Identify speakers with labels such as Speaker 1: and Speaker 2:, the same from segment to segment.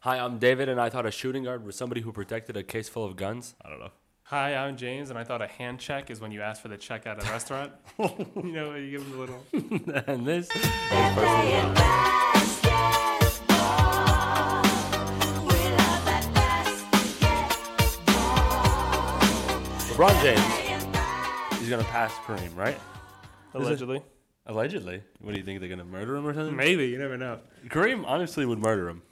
Speaker 1: Hi, I'm David, and I thought a shooting guard was somebody who protected a case full of guns. I don't know.
Speaker 2: Hi, I'm James, and I thought a hand check is when you ask for the check at a restaurant. you know, you give them a little.
Speaker 1: and this. LeBron James is going to pass Kareem, right?
Speaker 2: Allegedly.
Speaker 1: Allegedly. What do you think? They're going to murder him or something?
Speaker 2: Maybe, you never know.
Speaker 1: Kareem honestly would murder him.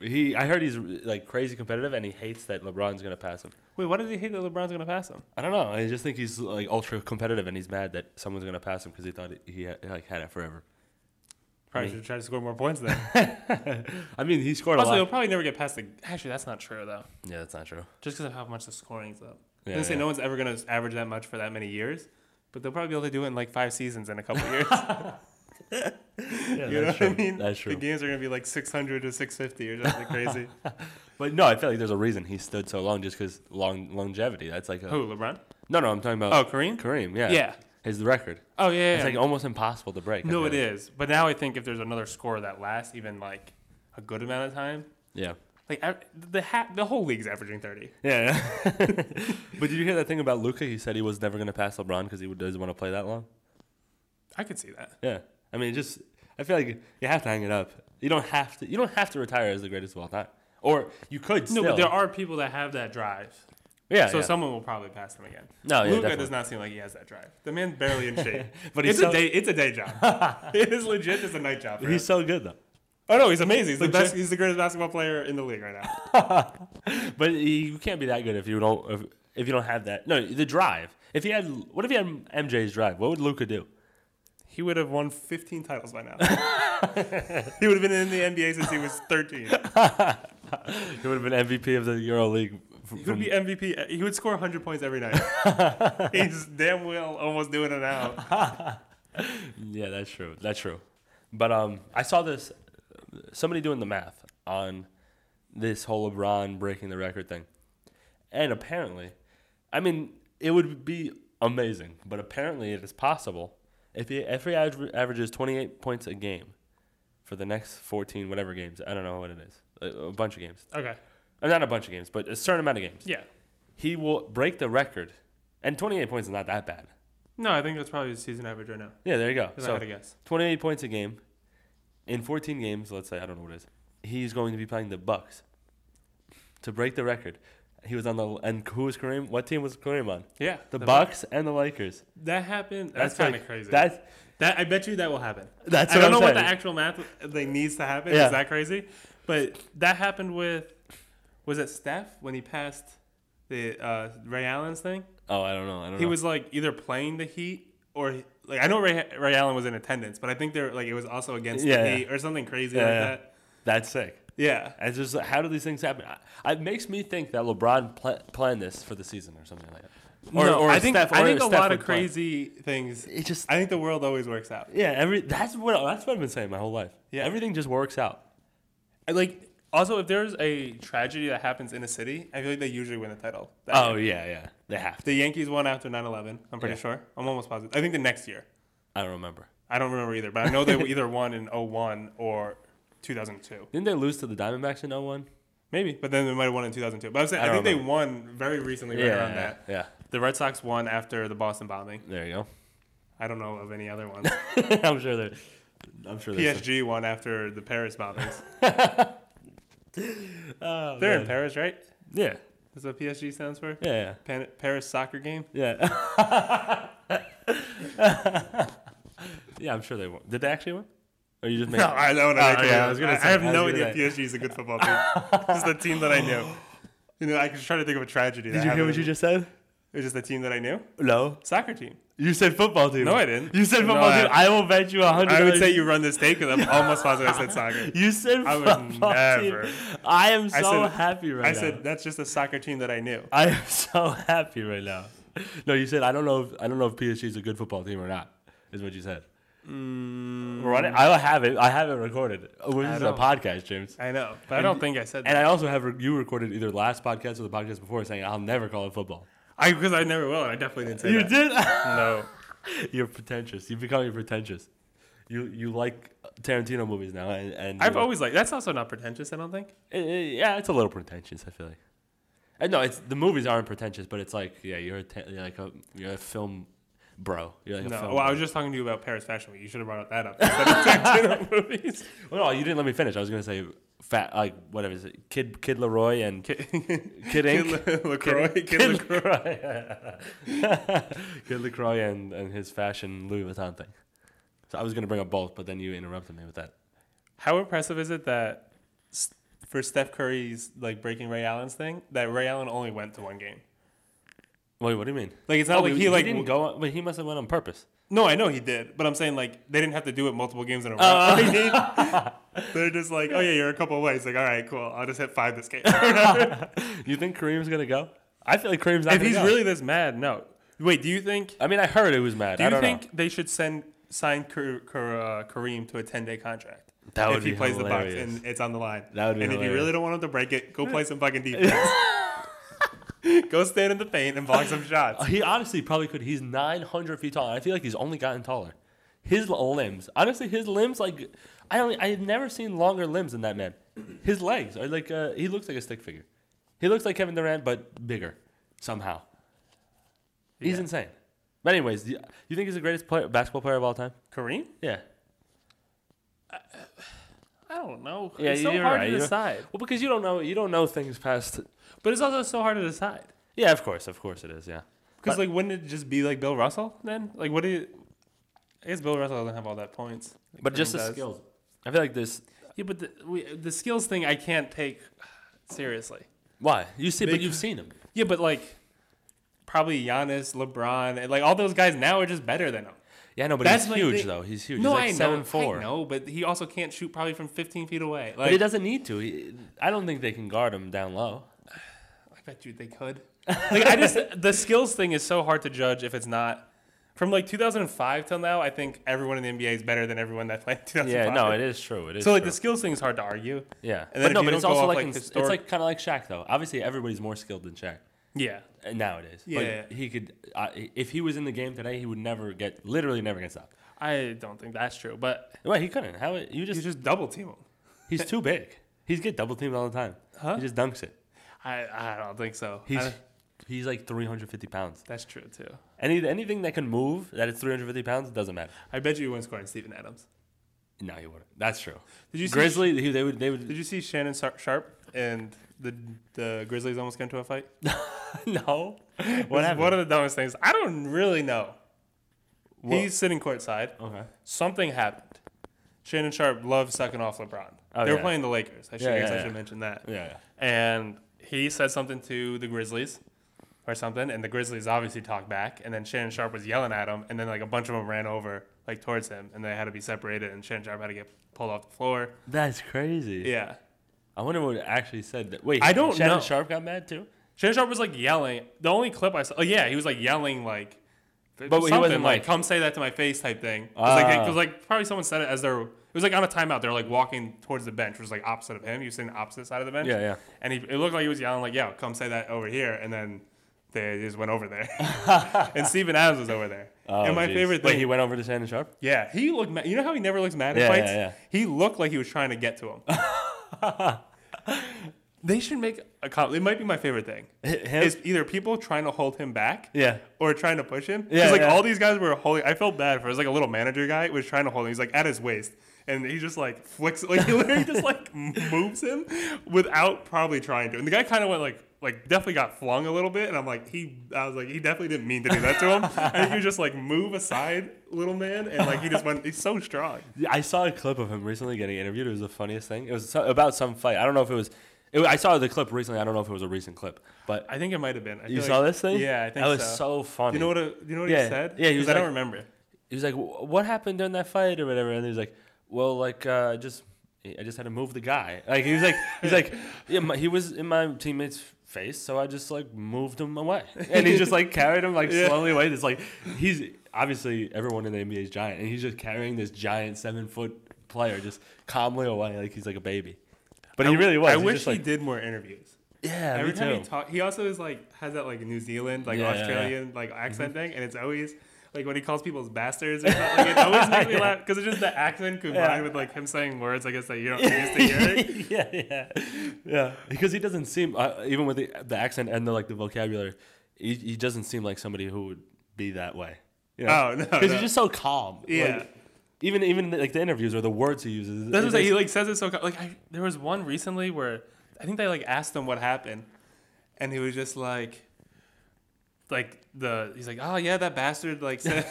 Speaker 1: He, I heard he's like crazy competitive, and he hates that LeBron's gonna pass him.
Speaker 2: Wait, why does he hate that LeBron's going to pass him?
Speaker 1: I don't know. I just think he's like ultra competitive, and he's mad that someone's gonna pass him because he thought he had, like had it forever.
Speaker 2: Probably should try to score more points then.
Speaker 1: I mean, he scored
Speaker 2: also,
Speaker 1: a
Speaker 2: he'll
Speaker 1: lot.
Speaker 2: probably never get past the. Actually, that's not true, though.
Speaker 1: Yeah, that's not true.
Speaker 2: Just because of how much the scoring's up.
Speaker 1: Yeah,
Speaker 2: I'm going to say
Speaker 1: yeah.
Speaker 2: no one's ever going to average that much for that many years, but they'll probably be able to do it in like five seasons in a couple years.
Speaker 1: Yeah,
Speaker 2: you know
Speaker 1: that's
Speaker 2: what
Speaker 1: true.
Speaker 2: I mean?
Speaker 1: That's true.
Speaker 2: The games are going to be like 600 to 650 or something crazy.
Speaker 1: But no, I feel like there's a reason he stood so long, just because long longevity. That's like a
Speaker 2: Who, LeBron?
Speaker 1: no, no. I'm talking about
Speaker 2: Oh, Kareem?
Speaker 1: Kareem, yeah,
Speaker 2: Yeah.
Speaker 1: his record.
Speaker 2: Oh, yeah. yeah,
Speaker 1: It's
Speaker 2: yeah.
Speaker 1: like almost impossible to break. I
Speaker 2: No,
Speaker 1: feel
Speaker 2: it
Speaker 1: like.
Speaker 2: is. But now I think if there's another score that lasts even like a good amount of time,
Speaker 1: Yeah.
Speaker 2: like I, the ha- the whole league's averaging thirty.
Speaker 1: Yeah. yeah. but did you hear that thing about Luca? He said he was never going to pass LeBron because he would- doesn't want to play that long.
Speaker 2: I could see that.
Speaker 1: Yeah. I mean, it just I feel like you have to hang it up. You don't have to. You don't have to retire as the greatest of all time. Or you could
Speaker 2: No,
Speaker 1: still.
Speaker 2: but there are people that have that drive.
Speaker 1: Yeah.
Speaker 2: So
Speaker 1: yeah.
Speaker 2: someone will probably pass them again.
Speaker 1: No, yeah,
Speaker 2: Luca
Speaker 1: definitely.
Speaker 2: does not seem like he has that drive. The man's barely in shape.
Speaker 1: But
Speaker 2: but
Speaker 1: he's
Speaker 2: it's
Speaker 1: so-
Speaker 2: a day. It's a day job. it is legit. It's a night job. For him.
Speaker 1: He's so good though.
Speaker 2: Oh no, he's amazing. He's the
Speaker 1: Legit-
Speaker 2: best. He's the greatest basketball player in the league right now.
Speaker 1: But you can't be that good if you don't if, if you don't have that. No, the drive. If he had, what if he had MJ's drive? What would Luca do?
Speaker 2: He would have won 15 titles by now. he would have been in the NBA since he was 13.
Speaker 1: He would have been MVP of the Euro League. From,
Speaker 2: He would be MVP. He would score 100 points every night. He's damn well almost doing it now.
Speaker 1: yeah, that's true. That's true. But um, I saw this somebody doing the math on this whole LeBron breaking the record thing, and apparently, I mean, it would be amazing. But apparently, it is possible if he if he aver- averages 28 points a game for the next 14 whatever games. I don't know what it is. A, a bunch of games.
Speaker 2: Okay.
Speaker 1: Uh, not a bunch of games, but a certain amount of games.
Speaker 2: Yeah.
Speaker 1: He will break the record, and 28 points is not that bad.
Speaker 2: No, I think that's probably his season average right now.
Speaker 1: Yeah, there you go.
Speaker 2: If I
Speaker 1: So
Speaker 2: had to guess.
Speaker 1: 28 points a game in 14 games. Let's say I don't know what it is. He's going to be playing the Bucks to break the record. He was on the and who was Kareem? What team was Kareem on?
Speaker 2: Yeah.
Speaker 1: The, Bucks and the Lakers.
Speaker 2: That happened. That's, kind of
Speaker 1: like-
Speaker 2: crazy.
Speaker 1: That's
Speaker 2: that I bet you that will happen.
Speaker 1: That's
Speaker 2: I
Speaker 1: what
Speaker 2: don't know
Speaker 1: I'm
Speaker 2: what the
Speaker 1: saying.
Speaker 2: actual math thing needs to happen.
Speaker 1: Yeah.
Speaker 2: Is that crazy? But that happened with was it Steph when he passed the uh, Ray Allen's thing?
Speaker 1: oh I don't know I don't
Speaker 2: He
Speaker 1: know.
Speaker 2: was like either playing the Heat or he- like I know Ray, Ray Allen was in attendance, but I think they're like it was also against
Speaker 1: Yeah,
Speaker 2: the
Speaker 1: yeah.
Speaker 2: Heat or something crazy
Speaker 1: Yeah,
Speaker 2: like
Speaker 1: yeah.
Speaker 2: that.
Speaker 1: that's sick.
Speaker 2: Yeah.
Speaker 1: It's just like, how do these things happen? I, it makes me think that LeBron pl- planned this for the season or something like that. Or,
Speaker 2: no,
Speaker 1: or
Speaker 2: I think
Speaker 1: Steph-
Speaker 2: I
Speaker 1: or
Speaker 2: think a
Speaker 1: Steph
Speaker 2: lot of
Speaker 1: would plan.
Speaker 2: crazy things.
Speaker 1: It just
Speaker 2: I think the world always works out.
Speaker 1: yeah every that's what that's what I've been saying my whole life.
Speaker 2: Yeah.
Speaker 1: everything just works out.
Speaker 2: I like also if there's a tragedy that happens in a city, I feel like they usually win the title. That
Speaker 1: Oh
Speaker 2: year.
Speaker 1: yeah yeah they have to.
Speaker 2: the Yankees won after 9/11. I'm pretty
Speaker 1: Yeah.
Speaker 2: sure. I'm almost positive. I think the next year.
Speaker 1: I don't remember.
Speaker 2: I don't remember either, but I know they either won in 01 or 2002.
Speaker 1: Didn't they lose to the Diamondbacks in 01?
Speaker 2: Maybe, but then they might have won in 2002. But I'm saying
Speaker 1: I
Speaker 2: I,
Speaker 1: don't
Speaker 2: think they won very recently right around that.
Speaker 1: yeah.
Speaker 2: The Red Sox won after the Boston bombing.
Speaker 1: There you
Speaker 2: I don't know of any other ones.
Speaker 1: go. I'm sure they're. I'm sure they're.
Speaker 2: PSG won after the Paris bombings.
Speaker 1: Oh,
Speaker 2: They're in
Speaker 1: man.
Speaker 2: Paris, right?
Speaker 1: Yeah.
Speaker 2: That's what PSG stands for.
Speaker 1: Yeah.
Speaker 2: Pan- Paris soccer game.
Speaker 1: Yeah. Yeah. yeah, I'm sure they won. Did they actually win? Or you just made
Speaker 2: No, I don't know.
Speaker 1: Oh, yeah, I was gonna say,
Speaker 2: I have
Speaker 1: I was
Speaker 2: no
Speaker 1: gonna
Speaker 2: idea
Speaker 1: say.
Speaker 2: PSG is a good football team. this is the team that I knew. You know, I was trying to think of a tragedy.
Speaker 1: Did you hear what you just said?
Speaker 2: It was just the team that I knew.
Speaker 1: No.
Speaker 2: Soccer team.
Speaker 1: You said football team.
Speaker 2: No, I didn't.
Speaker 1: You said
Speaker 2: No,
Speaker 1: football
Speaker 2: I-
Speaker 1: team. I will bet you a hundred.
Speaker 2: I would say
Speaker 1: dollars-
Speaker 2: you run this take because I'm almost positive I said soccer.
Speaker 1: You said
Speaker 2: I would
Speaker 1: football
Speaker 2: never.
Speaker 1: team. I am so
Speaker 2: I said-
Speaker 1: happy right
Speaker 2: I
Speaker 1: now.
Speaker 2: said that's just a soccer team that I knew.
Speaker 1: I am so happy right now. No, you said I don't know. If, I don't know if PSG is a good football team or not. Is what you said. Run it. I have it. I have it recorded. Oh, This is a
Speaker 2: don't-
Speaker 1: podcast, James.
Speaker 2: I know, but I don't think I said
Speaker 1: And
Speaker 2: that.
Speaker 1: I also have re- you recorded either last podcast or the podcast before saying I'll never call it football.
Speaker 2: I because I never will. and I definitely didn't say
Speaker 1: You
Speaker 2: that.
Speaker 1: did.
Speaker 2: No,
Speaker 1: You're pretentious. You become pretentious. You you like Tarantino movies now, and, and
Speaker 2: I've
Speaker 1: you-
Speaker 2: always liked. That's also not pretentious. I don't think.
Speaker 1: Eh, eh, yeah, it's a little pretentious. I feel like. Uh, No, it's the movies aren't pretentious, but it's like yeah, you're, a ta- you're like a you're a film bro. You're like a
Speaker 2: No.
Speaker 1: film
Speaker 2: Well, I
Speaker 1: bro.
Speaker 2: was just talking to you about Paris Fashion Week. You should have brought that up. Instead of Tarantino movies.
Speaker 1: Well, no, you didn't let me finish. I was gonna say fat like whatever is it? Kid Kid Leroy and Kid Kid Inc.
Speaker 2: Kid La- LaCroix. Kid,
Speaker 1: Kid
Speaker 2: La-
Speaker 1: Leroy. Kid Leroy and and his fashion Louis Vuitton thing. So I was gonna bring up both, but then you interrupted me with that.
Speaker 2: How impressive is it that s- for Steph Curry's like breaking Ray Allen's thing, that Ray Allen only went to one game.
Speaker 1: Wait, what do you mean?
Speaker 2: Like it's not
Speaker 1: Oh,
Speaker 2: like
Speaker 1: but
Speaker 2: he like
Speaker 1: didn't go. On, but he must have went on purpose.
Speaker 2: No, I know he did, but I'm saying like they didn't have to do it multiple games in a row.
Speaker 1: Oh.
Speaker 2: I mean, They're just like, oh yeah, you're a couple away. It's like, all right, cool. I'll just hit five this game.
Speaker 1: you think Kareem's gonna go? I feel like Kareem's not.
Speaker 2: if
Speaker 1: gonna
Speaker 2: he's
Speaker 1: go.
Speaker 2: really this mad, no. Wait, do you think?
Speaker 1: I mean, I heard it was mad.
Speaker 2: Do
Speaker 1: I
Speaker 2: you
Speaker 1: don't
Speaker 2: think
Speaker 1: know.
Speaker 2: they should send sign Kar- Kar- uh, Kareem to a 10 day contract?
Speaker 1: That
Speaker 2: if
Speaker 1: would
Speaker 2: he
Speaker 1: be
Speaker 2: plays the
Speaker 1: hilarious.
Speaker 2: box and it's on the line.
Speaker 1: That would be
Speaker 2: And if you
Speaker 1: hilarious.
Speaker 2: really don't want him to break it, go play some fucking defense. go stand in the paint and block some shots.
Speaker 1: Uh, He honestly probably could. He's 900 feet tall. And I feel like he's only gotten taller. His l- limbs, honestly, his limbs like I only I had never seen longer limbs than that man. His legs are like uh, he looks like a stick figure. He looks like Kevin Durant but bigger somehow. He's
Speaker 2: Yeah.
Speaker 1: insane. But anyways, do you, you think he's the greatest player, basketball player of all time?
Speaker 2: Kareem?
Speaker 1: Yeah.
Speaker 2: I don't know.
Speaker 1: Yeah,
Speaker 2: it's so
Speaker 1: you're
Speaker 2: hard
Speaker 1: right,
Speaker 2: to
Speaker 1: you're-
Speaker 2: decide.
Speaker 1: Well, because you don't know you don't know things past.
Speaker 2: But it's also so hard to decide.
Speaker 1: Yeah, of course, of course it is. Yeah.
Speaker 2: Because like, wouldn't it just be like Bill Russell then? Like, what do you? I guess Bill Russell doesn't have all that points. Like,
Speaker 1: But just
Speaker 2: Kareem
Speaker 1: the
Speaker 2: does.
Speaker 1: skills. I feel like this.
Speaker 2: Yeah, but the, we, the skills thing I can't take seriously.
Speaker 1: Why you see? but
Speaker 2: Big-
Speaker 1: you've seen him.
Speaker 2: Yeah, but like, probably Giannis, LeBron, and like all those guys now are just better than him.
Speaker 1: Yeah, no, but
Speaker 2: That's
Speaker 1: he's
Speaker 2: my
Speaker 1: huge
Speaker 2: thing.
Speaker 1: though. He's huge.
Speaker 2: no,
Speaker 1: he's like
Speaker 2: I know,
Speaker 1: seven four.
Speaker 2: I know, but he also can't shoot probably from 15 feet away.
Speaker 1: but he
Speaker 2: Like,
Speaker 1: doesn't need to. He, I don't think they can guard him down low.
Speaker 2: I bet you they could. Like, I just the skills thing is so hard to judge if it's not. From like 2005 till now, I think everyone in the NBA is better than everyone that played in 2005.
Speaker 1: Yeah, no, it is true. It is.
Speaker 2: So like the
Speaker 1: true.
Speaker 2: skills thing is hard to argue.
Speaker 1: yeah, but
Speaker 2: and then if
Speaker 1: no,
Speaker 2: you
Speaker 1: but
Speaker 2: don't
Speaker 1: it's
Speaker 2: go
Speaker 1: also
Speaker 2: off,
Speaker 1: like,
Speaker 2: like,
Speaker 1: ins-
Speaker 2: historic-
Speaker 1: it's like kind of like Shaq though. Obviously, everybody's more skilled than Shaq
Speaker 2: Yeah.
Speaker 1: uh, nowadays.
Speaker 2: Yeah.
Speaker 1: but he could. Uh, if he was in the game today, he would never get. Literally, never get stopped.
Speaker 2: I don't think that's true, but
Speaker 1: Wait, he couldn't. How you
Speaker 2: you
Speaker 1: just?
Speaker 2: just double team him.
Speaker 1: He's too big. He's get double teamed all the time.
Speaker 2: Huh?
Speaker 1: He just dunks it.
Speaker 2: I, I don't think so.
Speaker 1: He's
Speaker 2: I-
Speaker 1: he's like 350 pounds.
Speaker 2: that's true too.
Speaker 1: Any anything that can move that is 350 pounds doesn't matter.
Speaker 2: I bet you he wouldn't score on Steven Adams.
Speaker 1: No, he wouldn't. That's true.
Speaker 2: Did you see,
Speaker 1: Grizzly, he, they would they would
Speaker 2: Did you see Shannon Sar- Sharp and the the Grizzlies almost got into a fight?
Speaker 1: no.
Speaker 2: It's
Speaker 1: What happened?
Speaker 2: One of the dumbest things. I don't really know. He's sitting courtside.
Speaker 1: okay.
Speaker 2: Something happened. Shannon Sharp loves sucking off LeBron.
Speaker 1: Oh,
Speaker 2: they were
Speaker 1: yeah.
Speaker 2: playing the Lakers. I should,
Speaker 1: Yeah,
Speaker 2: I guess
Speaker 1: yeah,
Speaker 2: I
Speaker 1: yeah.
Speaker 2: should mention that.
Speaker 1: Yeah, yeah.
Speaker 2: and he said something to the Grizzlies or something, and the Grizzlies obviously talked back, and then Shannon Sharp was yelling at him, and then like a bunch of them ran over like towards him, and they had to be separated, and Shannon Sharp had to get pulled off the floor.
Speaker 1: That's crazy.
Speaker 2: Yeah,
Speaker 1: I wonder what it actually said. That. Wait,
Speaker 2: I don't
Speaker 1: Shannon
Speaker 2: know.
Speaker 1: Sharp got mad too.
Speaker 2: Shannon Sharp was like yelling. The only clip I saw, oh yeah, he was like yelling like. But
Speaker 1: he wasn't, like-
Speaker 2: come say that to my face type thing. Because like,
Speaker 1: Ah.
Speaker 2: 'cause, like probably someone said it as they're it was like on a timeout. They're like walking towards the bench, which was like opposite of him. He was sitting opposite side of the bench.
Speaker 1: Yeah, yeah.
Speaker 2: And he, it looked like he was yelling, like, yo, come say that over here. And then they just went over there. and Steven Adams was over there. and my
Speaker 1: geez.
Speaker 2: favorite
Speaker 1: Oh, Wait,
Speaker 2: thing.
Speaker 1: he went over to Shannon Sharp.
Speaker 2: yeah, he looked mad. You know how he never looks mad in
Speaker 1: Yeah,
Speaker 2: fights?
Speaker 1: yeah, yeah.
Speaker 2: He looked like he was trying to get to him. they should make a com It might be my favorite thing.
Speaker 1: H- him?
Speaker 2: Is either people trying to hold him back
Speaker 1: yeah.
Speaker 2: or trying to push him. Because
Speaker 1: Yeah,
Speaker 2: like
Speaker 1: yeah.
Speaker 2: all these guys were holding. I felt bad for. It was like a little manager guy was trying to hold him. He's like at his waist, and he just like flicks. Like he literally just like moves him without probably trying to. And the guy kind of went like like definitely got flung a little bit. And I'm like he. I was like he definitely didn't mean to do that to him. and you just like move aside, little man, and like he just went. He's so strong.
Speaker 1: I saw a clip of him recently getting interviewed. It was the funniest thing. It was so- about some fight. I don't know if it was. It, wa- I saw the clip recently. I don't know if it was a recent clip, but
Speaker 2: I think it might have been. I
Speaker 1: you
Speaker 2: feel
Speaker 1: saw
Speaker 2: like-
Speaker 1: this thing.
Speaker 2: Yeah, I think
Speaker 1: that was
Speaker 2: so.
Speaker 1: so funny.
Speaker 2: you know what? A, you know what
Speaker 1: Yeah,
Speaker 2: he said?
Speaker 1: yeah, he was
Speaker 2: 'Cause I don't
Speaker 1: like-
Speaker 2: remember.
Speaker 1: he was like, "Wh- "What happened during that fight or whatever?" And he was like, "Well, like, uh, I just, I just had to move the guy." Like he was like, he's like, yeah, my, he was in my teammate's face, so I just like moved him away, and he just like carried him like
Speaker 2: Yeah.
Speaker 1: slowly away. It's like he's obviously everyone in the NBA is giant, and he's just carrying this giant seven foot player just calmly away, like he's like a baby. But he
Speaker 2: I-
Speaker 1: really was.
Speaker 2: I
Speaker 1: He's
Speaker 2: wish
Speaker 1: just
Speaker 2: he
Speaker 1: like,
Speaker 2: did more interviews.
Speaker 1: Yeah,
Speaker 2: Every
Speaker 1: me
Speaker 2: time
Speaker 1: too.
Speaker 2: he talks, he also is like has that like New Zealand, like
Speaker 1: Yeah, Mm-hmm. yeah, yeah.
Speaker 2: Australian, like accent thing, and it's always Like when he calls people's bastards or something, like it always makes me laugh because it's just the accent combined
Speaker 1: Yeah.
Speaker 2: with like him saying words, I guess that you don't used to hear.
Speaker 1: yeah, yeah, yeah. Because he doesn't seem, uh, even with the, the accent and the like the vocabulary, he, he doesn't seem like somebody who would be that way. You
Speaker 2: Oh, no,
Speaker 1: because
Speaker 2: no.
Speaker 1: he's just so calm. Like,
Speaker 2: Yeah.
Speaker 1: even even like the interviews or the words he uses.
Speaker 2: That's
Speaker 1: it's
Speaker 2: what I'm saying. He like says it so co- like I, there was one recently where I think they like asked him what happened, and he was just like, like the he's like oh yeah that bastard like said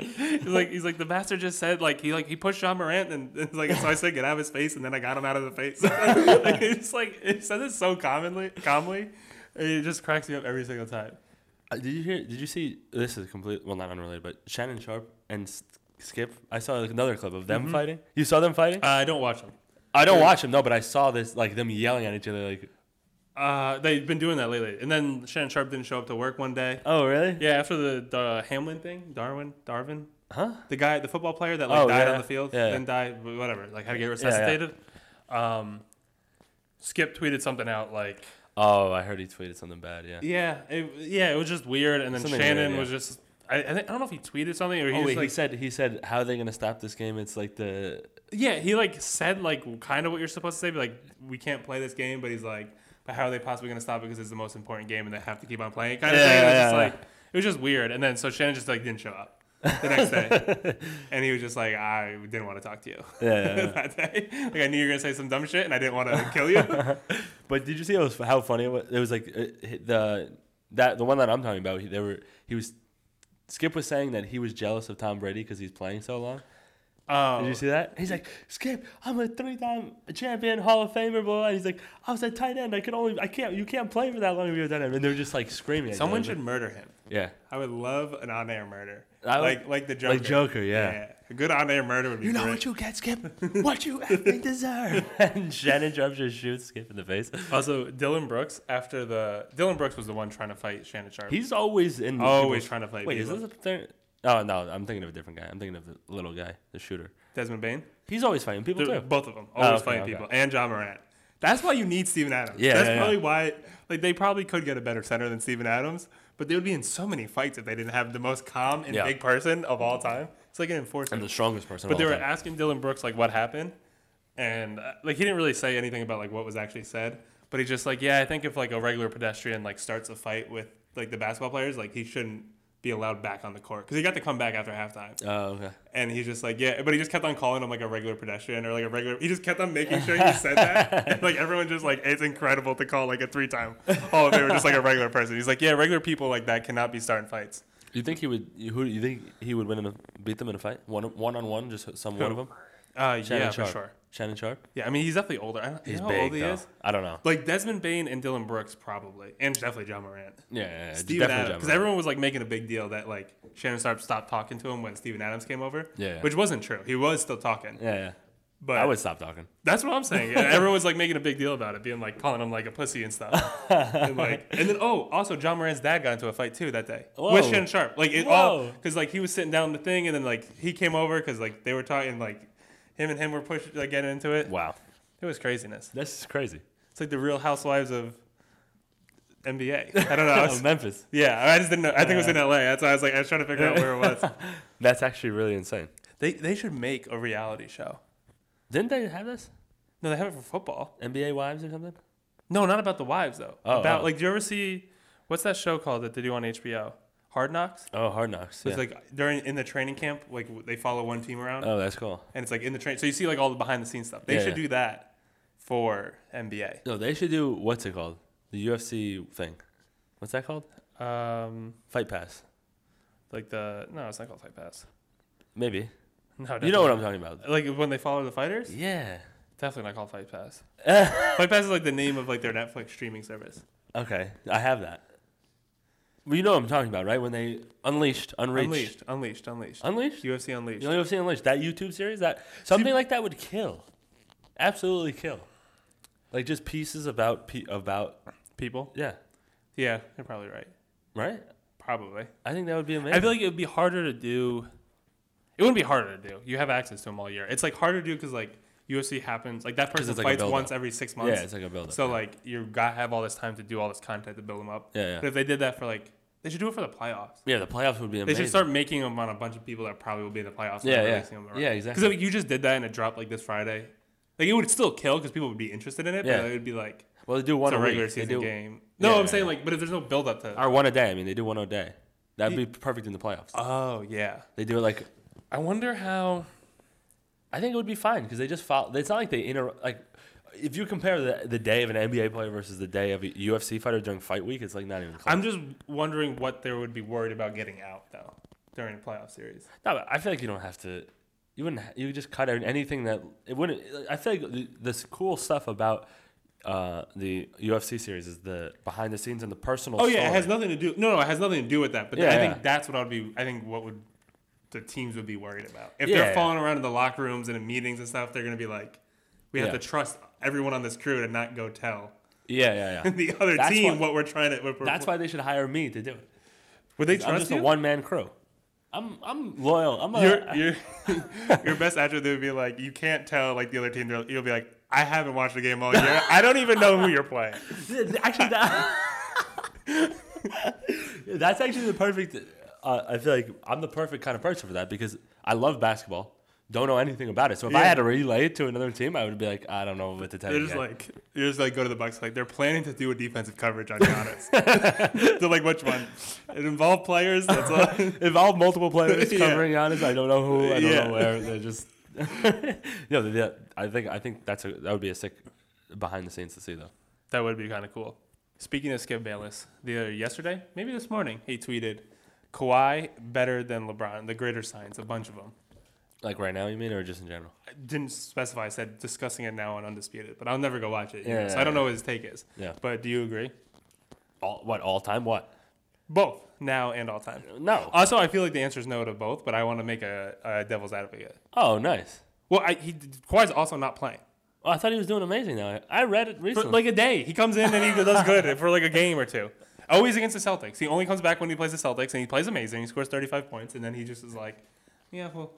Speaker 2: he's like he's like the bastard just said like he like he pushed John Morant and it's like so I said get out of his face and then I got him out of the face. like, it's like it says it so commonly calmly, and it just cracks me up every single time.
Speaker 1: Uh, Did you hear? Did you see? This is complete. Well, not unrelated, but Shannon Sharp and S- Skip. I saw like, another clip of them fighting. You saw them fighting?
Speaker 2: Uh, Mm-hmm. I don't watch them.
Speaker 1: I don't watch them, no, but I saw this like them yelling at each other. Like,
Speaker 2: Uh, they've been doing that lately, and then Shannon Sharp didn't show up to work one day.
Speaker 1: oh really?
Speaker 2: Yeah, after the, the Hamlin thing, Darwin, Darwin,
Speaker 1: Huh?
Speaker 2: the guy, the football player that like
Speaker 1: Oh,
Speaker 2: died
Speaker 1: yeah.
Speaker 2: on the field,
Speaker 1: Yeah.
Speaker 2: then died, whatever, like had to get
Speaker 1: yeah.
Speaker 2: resuscitated. Um, Skip tweeted something out like,
Speaker 1: Oh, I heard he tweeted something bad. Yeah.
Speaker 2: yeah, it, yeah, it was just weird. And then
Speaker 1: Something
Speaker 2: Shannon
Speaker 1: weird, yeah.
Speaker 2: was just, I, I, think, I don't know if he tweeted something or he
Speaker 1: Oh,
Speaker 2: just
Speaker 1: wait, he
Speaker 2: like,
Speaker 1: said he said how are they gonna stop this game? It's like the
Speaker 2: yeah, he like said like kind of what you're supposed to say, but like we can't play this game, but he's like, but how are they possibly going to stop it because it's the most important game and they have to keep on playing it kind of
Speaker 1: Yeah,
Speaker 2: thing. It was
Speaker 1: yeah,
Speaker 2: just
Speaker 1: yeah.
Speaker 2: like it was just weird. And then so Shannon just like didn't show up the next day, and he was just like, I didn't want to talk to you.
Speaker 1: yeah. yeah.
Speaker 2: that day. Like I knew you were gonna say some dumb shit, and I didn't want to kill you.
Speaker 1: But did you see how, was, how funny it was? It was like uh, h- the that the one that I'm talking about. He, they were he was Skip was saying that he was jealous of Tom Brady because he's playing so long.
Speaker 2: Oh,
Speaker 1: Did you see that? He's like, Skip, I'm a three-time champion, Hall of Famer, blah. And he's like, I was a tight end. I could only, I can't, you can't play for that long if you're a tight end. And they're just like screaming. At each
Speaker 2: someone
Speaker 1: other.
Speaker 2: should murder him.
Speaker 1: yeah.
Speaker 2: I would love an on-air murder,
Speaker 1: I would-
Speaker 2: like like the Joker.
Speaker 1: Like Joker, yeah.
Speaker 2: a good on-air murder would be
Speaker 1: You know
Speaker 2: great.
Speaker 1: what you get, Skip. What you effing deserve. and Shannon Sharp just shoots Skip in the face.
Speaker 2: also, Uh, Dylan Brooks after the Dylan Brooks was the one trying to fight Shannon Sharp.
Speaker 1: He's always in.
Speaker 2: always
Speaker 1: people's-
Speaker 2: trying to fight.
Speaker 1: Wait, is
Speaker 2: people.
Speaker 1: this a third? Oh no, I'm thinking of a different guy. I'm thinking of the little guy, the shooter.
Speaker 2: Desmond Bain?
Speaker 1: He's always fighting people
Speaker 2: They're-
Speaker 1: too. Oh,
Speaker 2: Both of them always
Speaker 1: okay,
Speaker 2: fighting
Speaker 1: okay.
Speaker 2: people, and John Morant. That's why you need Steven Adams.
Speaker 1: Yeah,
Speaker 2: that's
Speaker 1: yeah, yeah.
Speaker 2: probably why. Like they probably could get a better center than Steven Adams, but they would be in so many fights if they didn't have the most calm and
Speaker 1: Yeah.
Speaker 2: big person of all time. It's like an enforcer.
Speaker 1: I'm the strongest person.
Speaker 2: But
Speaker 1: of
Speaker 2: they
Speaker 1: all
Speaker 2: were
Speaker 1: time.
Speaker 2: asking Dylan Brooks like what happened, and uh, like he didn't really say anything about like what was actually said. But he's just like, yeah, I think if like a regular pedestrian like starts a fight with like the basketball players, like he shouldn't be allowed back on the court because he got to come back after halftime.
Speaker 1: Oh, okay.
Speaker 2: And he's just like, yeah, but he just kept on calling him like a regular pedestrian or like a regular. He just kept on making sure he said that. And like everyone just like, it's incredible to call like a three time Hall of Famer just like a regular person. He's like, yeah, regular people like that cannot be starting fights.
Speaker 1: You think he would? you- Who you think he would win in a beat them in a fight? One one on one, just some one of them.
Speaker 2: Uh,
Speaker 1: Shannon
Speaker 2: yeah, for
Speaker 1: Sharp.
Speaker 2: sure.
Speaker 1: Shannon Sharp.
Speaker 2: Yeah, I mean he's definitely older. I don't, you
Speaker 1: He's
Speaker 2: know how
Speaker 1: big
Speaker 2: old he
Speaker 1: though.
Speaker 2: is.
Speaker 1: I don't know.
Speaker 2: Like Desmond Bain and Dylan Brooks probably, and definitely John Morant.
Speaker 1: Yeah, yeah, yeah.
Speaker 2: Steven
Speaker 1: definitely John
Speaker 2: Adams, because
Speaker 1: Moran.
Speaker 2: everyone was like making a big deal that like Shannon Sharp stopped talking to him when Steven Adams came over,
Speaker 1: Yeah, yeah.
Speaker 2: which wasn't true. He was still talking,
Speaker 1: Yeah, yeah.
Speaker 2: but
Speaker 1: I would stop talking.
Speaker 2: that's what I'm saying. And everyone was like making a big deal about it, being like calling him like a pussy and stuff, and like and then oh, also John Morant's dad got into a fight too that day
Speaker 1: Whoa.
Speaker 2: with Shannon Sharp. Like it all
Speaker 1: Whoa.
Speaker 2: because like he was sitting down the thing, and then like he came over because like they were talking like him and him were pushing like getting into it.
Speaker 1: Wow,
Speaker 2: It was craziness.
Speaker 1: this is crazy.
Speaker 2: It's like the Real Housewives of NBA. I don't know. I was-
Speaker 1: Memphis.
Speaker 2: yeah, I just didn't know. I think it was in LA. That's why I was like, I was trying to figure out where it was.
Speaker 1: That's actually really insane.
Speaker 2: They they should make a reality show.
Speaker 1: Didn't they have this
Speaker 2: No, they have it for football.
Speaker 1: NBA Wives or something?
Speaker 2: No, not about the wives though.
Speaker 1: Oh,
Speaker 2: about
Speaker 1: oh.
Speaker 2: like, do you ever see what's that show called that they do on HBO? Hard Knocks.
Speaker 1: Oh, Hard Knocks.
Speaker 2: So
Speaker 1: Yeah.
Speaker 2: It's like during in the training camp, like w- they follow one team around,
Speaker 1: oh, that's cool.
Speaker 2: and it's like in the train. So you see like all the behind the scenes stuff. They
Speaker 1: Yeah,
Speaker 2: should
Speaker 1: yeah.
Speaker 2: do that for NBA.
Speaker 1: No, they should do what's it called? The UFC thing. What's that called?
Speaker 2: Um,
Speaker 1: Fight Pass.
Speaker 2: like the no, it's not called Fight Pass.
Speaker 1: Maybe.
Speaker 2: No,
Speaker 1: You know what
Speaker 2: definitely
Speaker 1: I'm talking about.
Speaker 2: not. like when they follow the fighters.
Speaker 1: Yeah.
Speaker 2: Definitely not called Fight Pass. Fight Pass is like the name of like their Netflix streaming service.
Speaker 1: Okay, I have that. Well, you know what I'm talking about, right? When they unleashed, unreached, unleashed,
Speaker 2: Unleashed, unleashed, unleashed.
Speaker 1: unleashed.
Speaker 2: UFC Unleashed.
Speaker 1: You know UFC unleashed. That YouTube series, that something like that would kill, absolutely kill. Like just pieces about pe- about
Speaker 2: People.
Speaker 1: yeah,
Speaker 2: Yeah, you're probably right.
Speaker 1: right?
Speaker 2: Probably.
Speaker 1: I think that would be amazing.
Speaker 2: I feel like it would be harder to do. It wouldn't be harder to do. You have access to them all year. It's like harder to do because like UFC happens. Like that person
Speaker 1: it's like a
Speaker 2: fights
Speaker 1: build-up.
Speaker 2: once every six months.
Speaker 1: yeah, it's like a build up.
Speaker 2: so like you got to have all this time to do all this content to build them up.
Speaker 1: yeah,
Speaker 2: But
Speaker 1: yeah,
Speaker 2: if they did that for like They should do it for the playoffs.
Speaker 1: Yeah, the playoffs would be
Speaker 2: They
Speaker 1: amazing.
Speaker 2: should start making them on a bunch of people that probably will be in the playoffs.
Speaker 1: Yeah, yeah. Yeah,
Speaker 2: Because
Speaker 1: exactly.
Speaker 2: like, you just did that and it dropped like this Friday, like it would still kill because people would be interested in it.
Speaker 1: Yeah.
Speaker 2: But it would be like
Speaker 1: Well, they do
Speaker 2: it's
Speaker 1: one
Speaker 2: a
Speaker 1: a
Speaker 2: regular
Speaker 1: week. They
Speaker 2: season
Speaker 1: do
Speaker 2: game. No,
Speaker 1: Yeah.
Speaker 2: I'm saying like, but if there's no build up to.
Speaker 1: or one a day. I mean, they do one a day. That'd be perfect in the playoffs.
Speaker 2: Oh yeah.
Speaker 1: They do it like. I wonder how. I think it would be fine because they just follow. It's not like they inter like. If you compare the the day of an NBA player versus the day of a UFC fighter during fight week, it's like not even close.
Speaker 2: I'm just wondering what they would be worried about getting out though during a playoff series.
Speaker 1: No, but I feel like you don't have to. You wouldn't. ha- You would just cut out anything that it wouldn't. I feel like the, this cool stuff about uh, the UFC series is the behind the scenes and the personal.
Speaker 2: Oh yeah, it
Speaker 1: story.
Speaker 2: has nothing to do. No, no, it has nothing to do with that. But
Speaker 1: Yeah,
Speaker 2: I
Speaker 1: yeah.
Speaker 2: think that's what I'd be. I think what would the teams would be worried about if
Speaker 1: Yeah.
Speaker 2: they're falling around in the locker rooms and in meetings and stuff. They're gonna be like, we have
Speaker 1: Yeah.
Speaker 2: to trust everyone on this crew to not go tell
Speaker 1: yeah, yeah, yeah.
Speaker 2: the other
Speaker 1: That's
Speaker 2: team
Speaker 1: why-
Speaker 2: what we're trying to. What we're,
Speaker 1: That's why they should hire me to do it.
Speaker 2: would they
Speaker 1: I'm
Speaker 2: trust
Speaker 1: just
Speaker 2: you?
Speaker 1: a one man crew. I'm I'm loyal. I'm a,
Speaker 2: your your your best attribute would be like you can't tell like the other team. They'll- You'll be like, I haven't watched the game all year. I don't even know who you're playing.
Speaker 1: actually that that's actually the perfect uh, i feel like i'm the perfect kind of person for that because i love basketball don't know anything about it so if i
Speaker 2: Yeah.
Speaker 1: had to relay it to another team i would be like i don't know what to tell
Speaker 2: They're
Speaker 1: you
Speaker 2: just
Speaker 1: guys."
Speaker 2: like you're just like go to the Bucks like they're planning to do a defensive coverage on Giannis. they're like which one? It involved players. That's all.
Speaker 1: involve multiple players
Speaker 2: Yeah.
Speaker 1: covering honest i don't know who i don't
Speaker 2: Yeah.
Speaker 1: know where they're just no they- they- i think i think that's a that would be a sick behind the scenes to see though
Speaker 2: That would be kind of cool. Speaking of Skip Bayless, the other yesterday, maybe this morning, he tweeted, "Kawhi better than LeBron." The greater science, a bunch of them.
Speaker 1: like right now you mean or just in general
Speaker 2: I didn't specify. I said discussing it now on Undisputed, but I'll never go watch it. you
Speaker 1: Yeah,
Speaker 2: know, so
Speaker 1: yeah,
Speaker 2: I don't
Speaker 1: yeah.
Speaker 2: know what his take is.
Speaker 1: Yeah.
Speaker 2: But do you agree?
Speaker 1: all what all time what
Speaker 2: Both now and all time.
Speaker 1: no
Speaker 2: Also, I feel like the answer is no to both, but I want to make a, a devil's advocate.
Speaker 1: oh nice
Speaker 2: Well, I, he Kawhi's also not playing.
Speaker 1: oh, i thought he was doing amazing though i read it
Speaker 2: for
Speaker 1: recently
Speaker 2: like a day. He comes in and he does good for like a game or two. Always against the Celtics. He only comes back when he plays the Celtics, and he plays amazing. He scores 35 points, and then he just is like, yeah, well,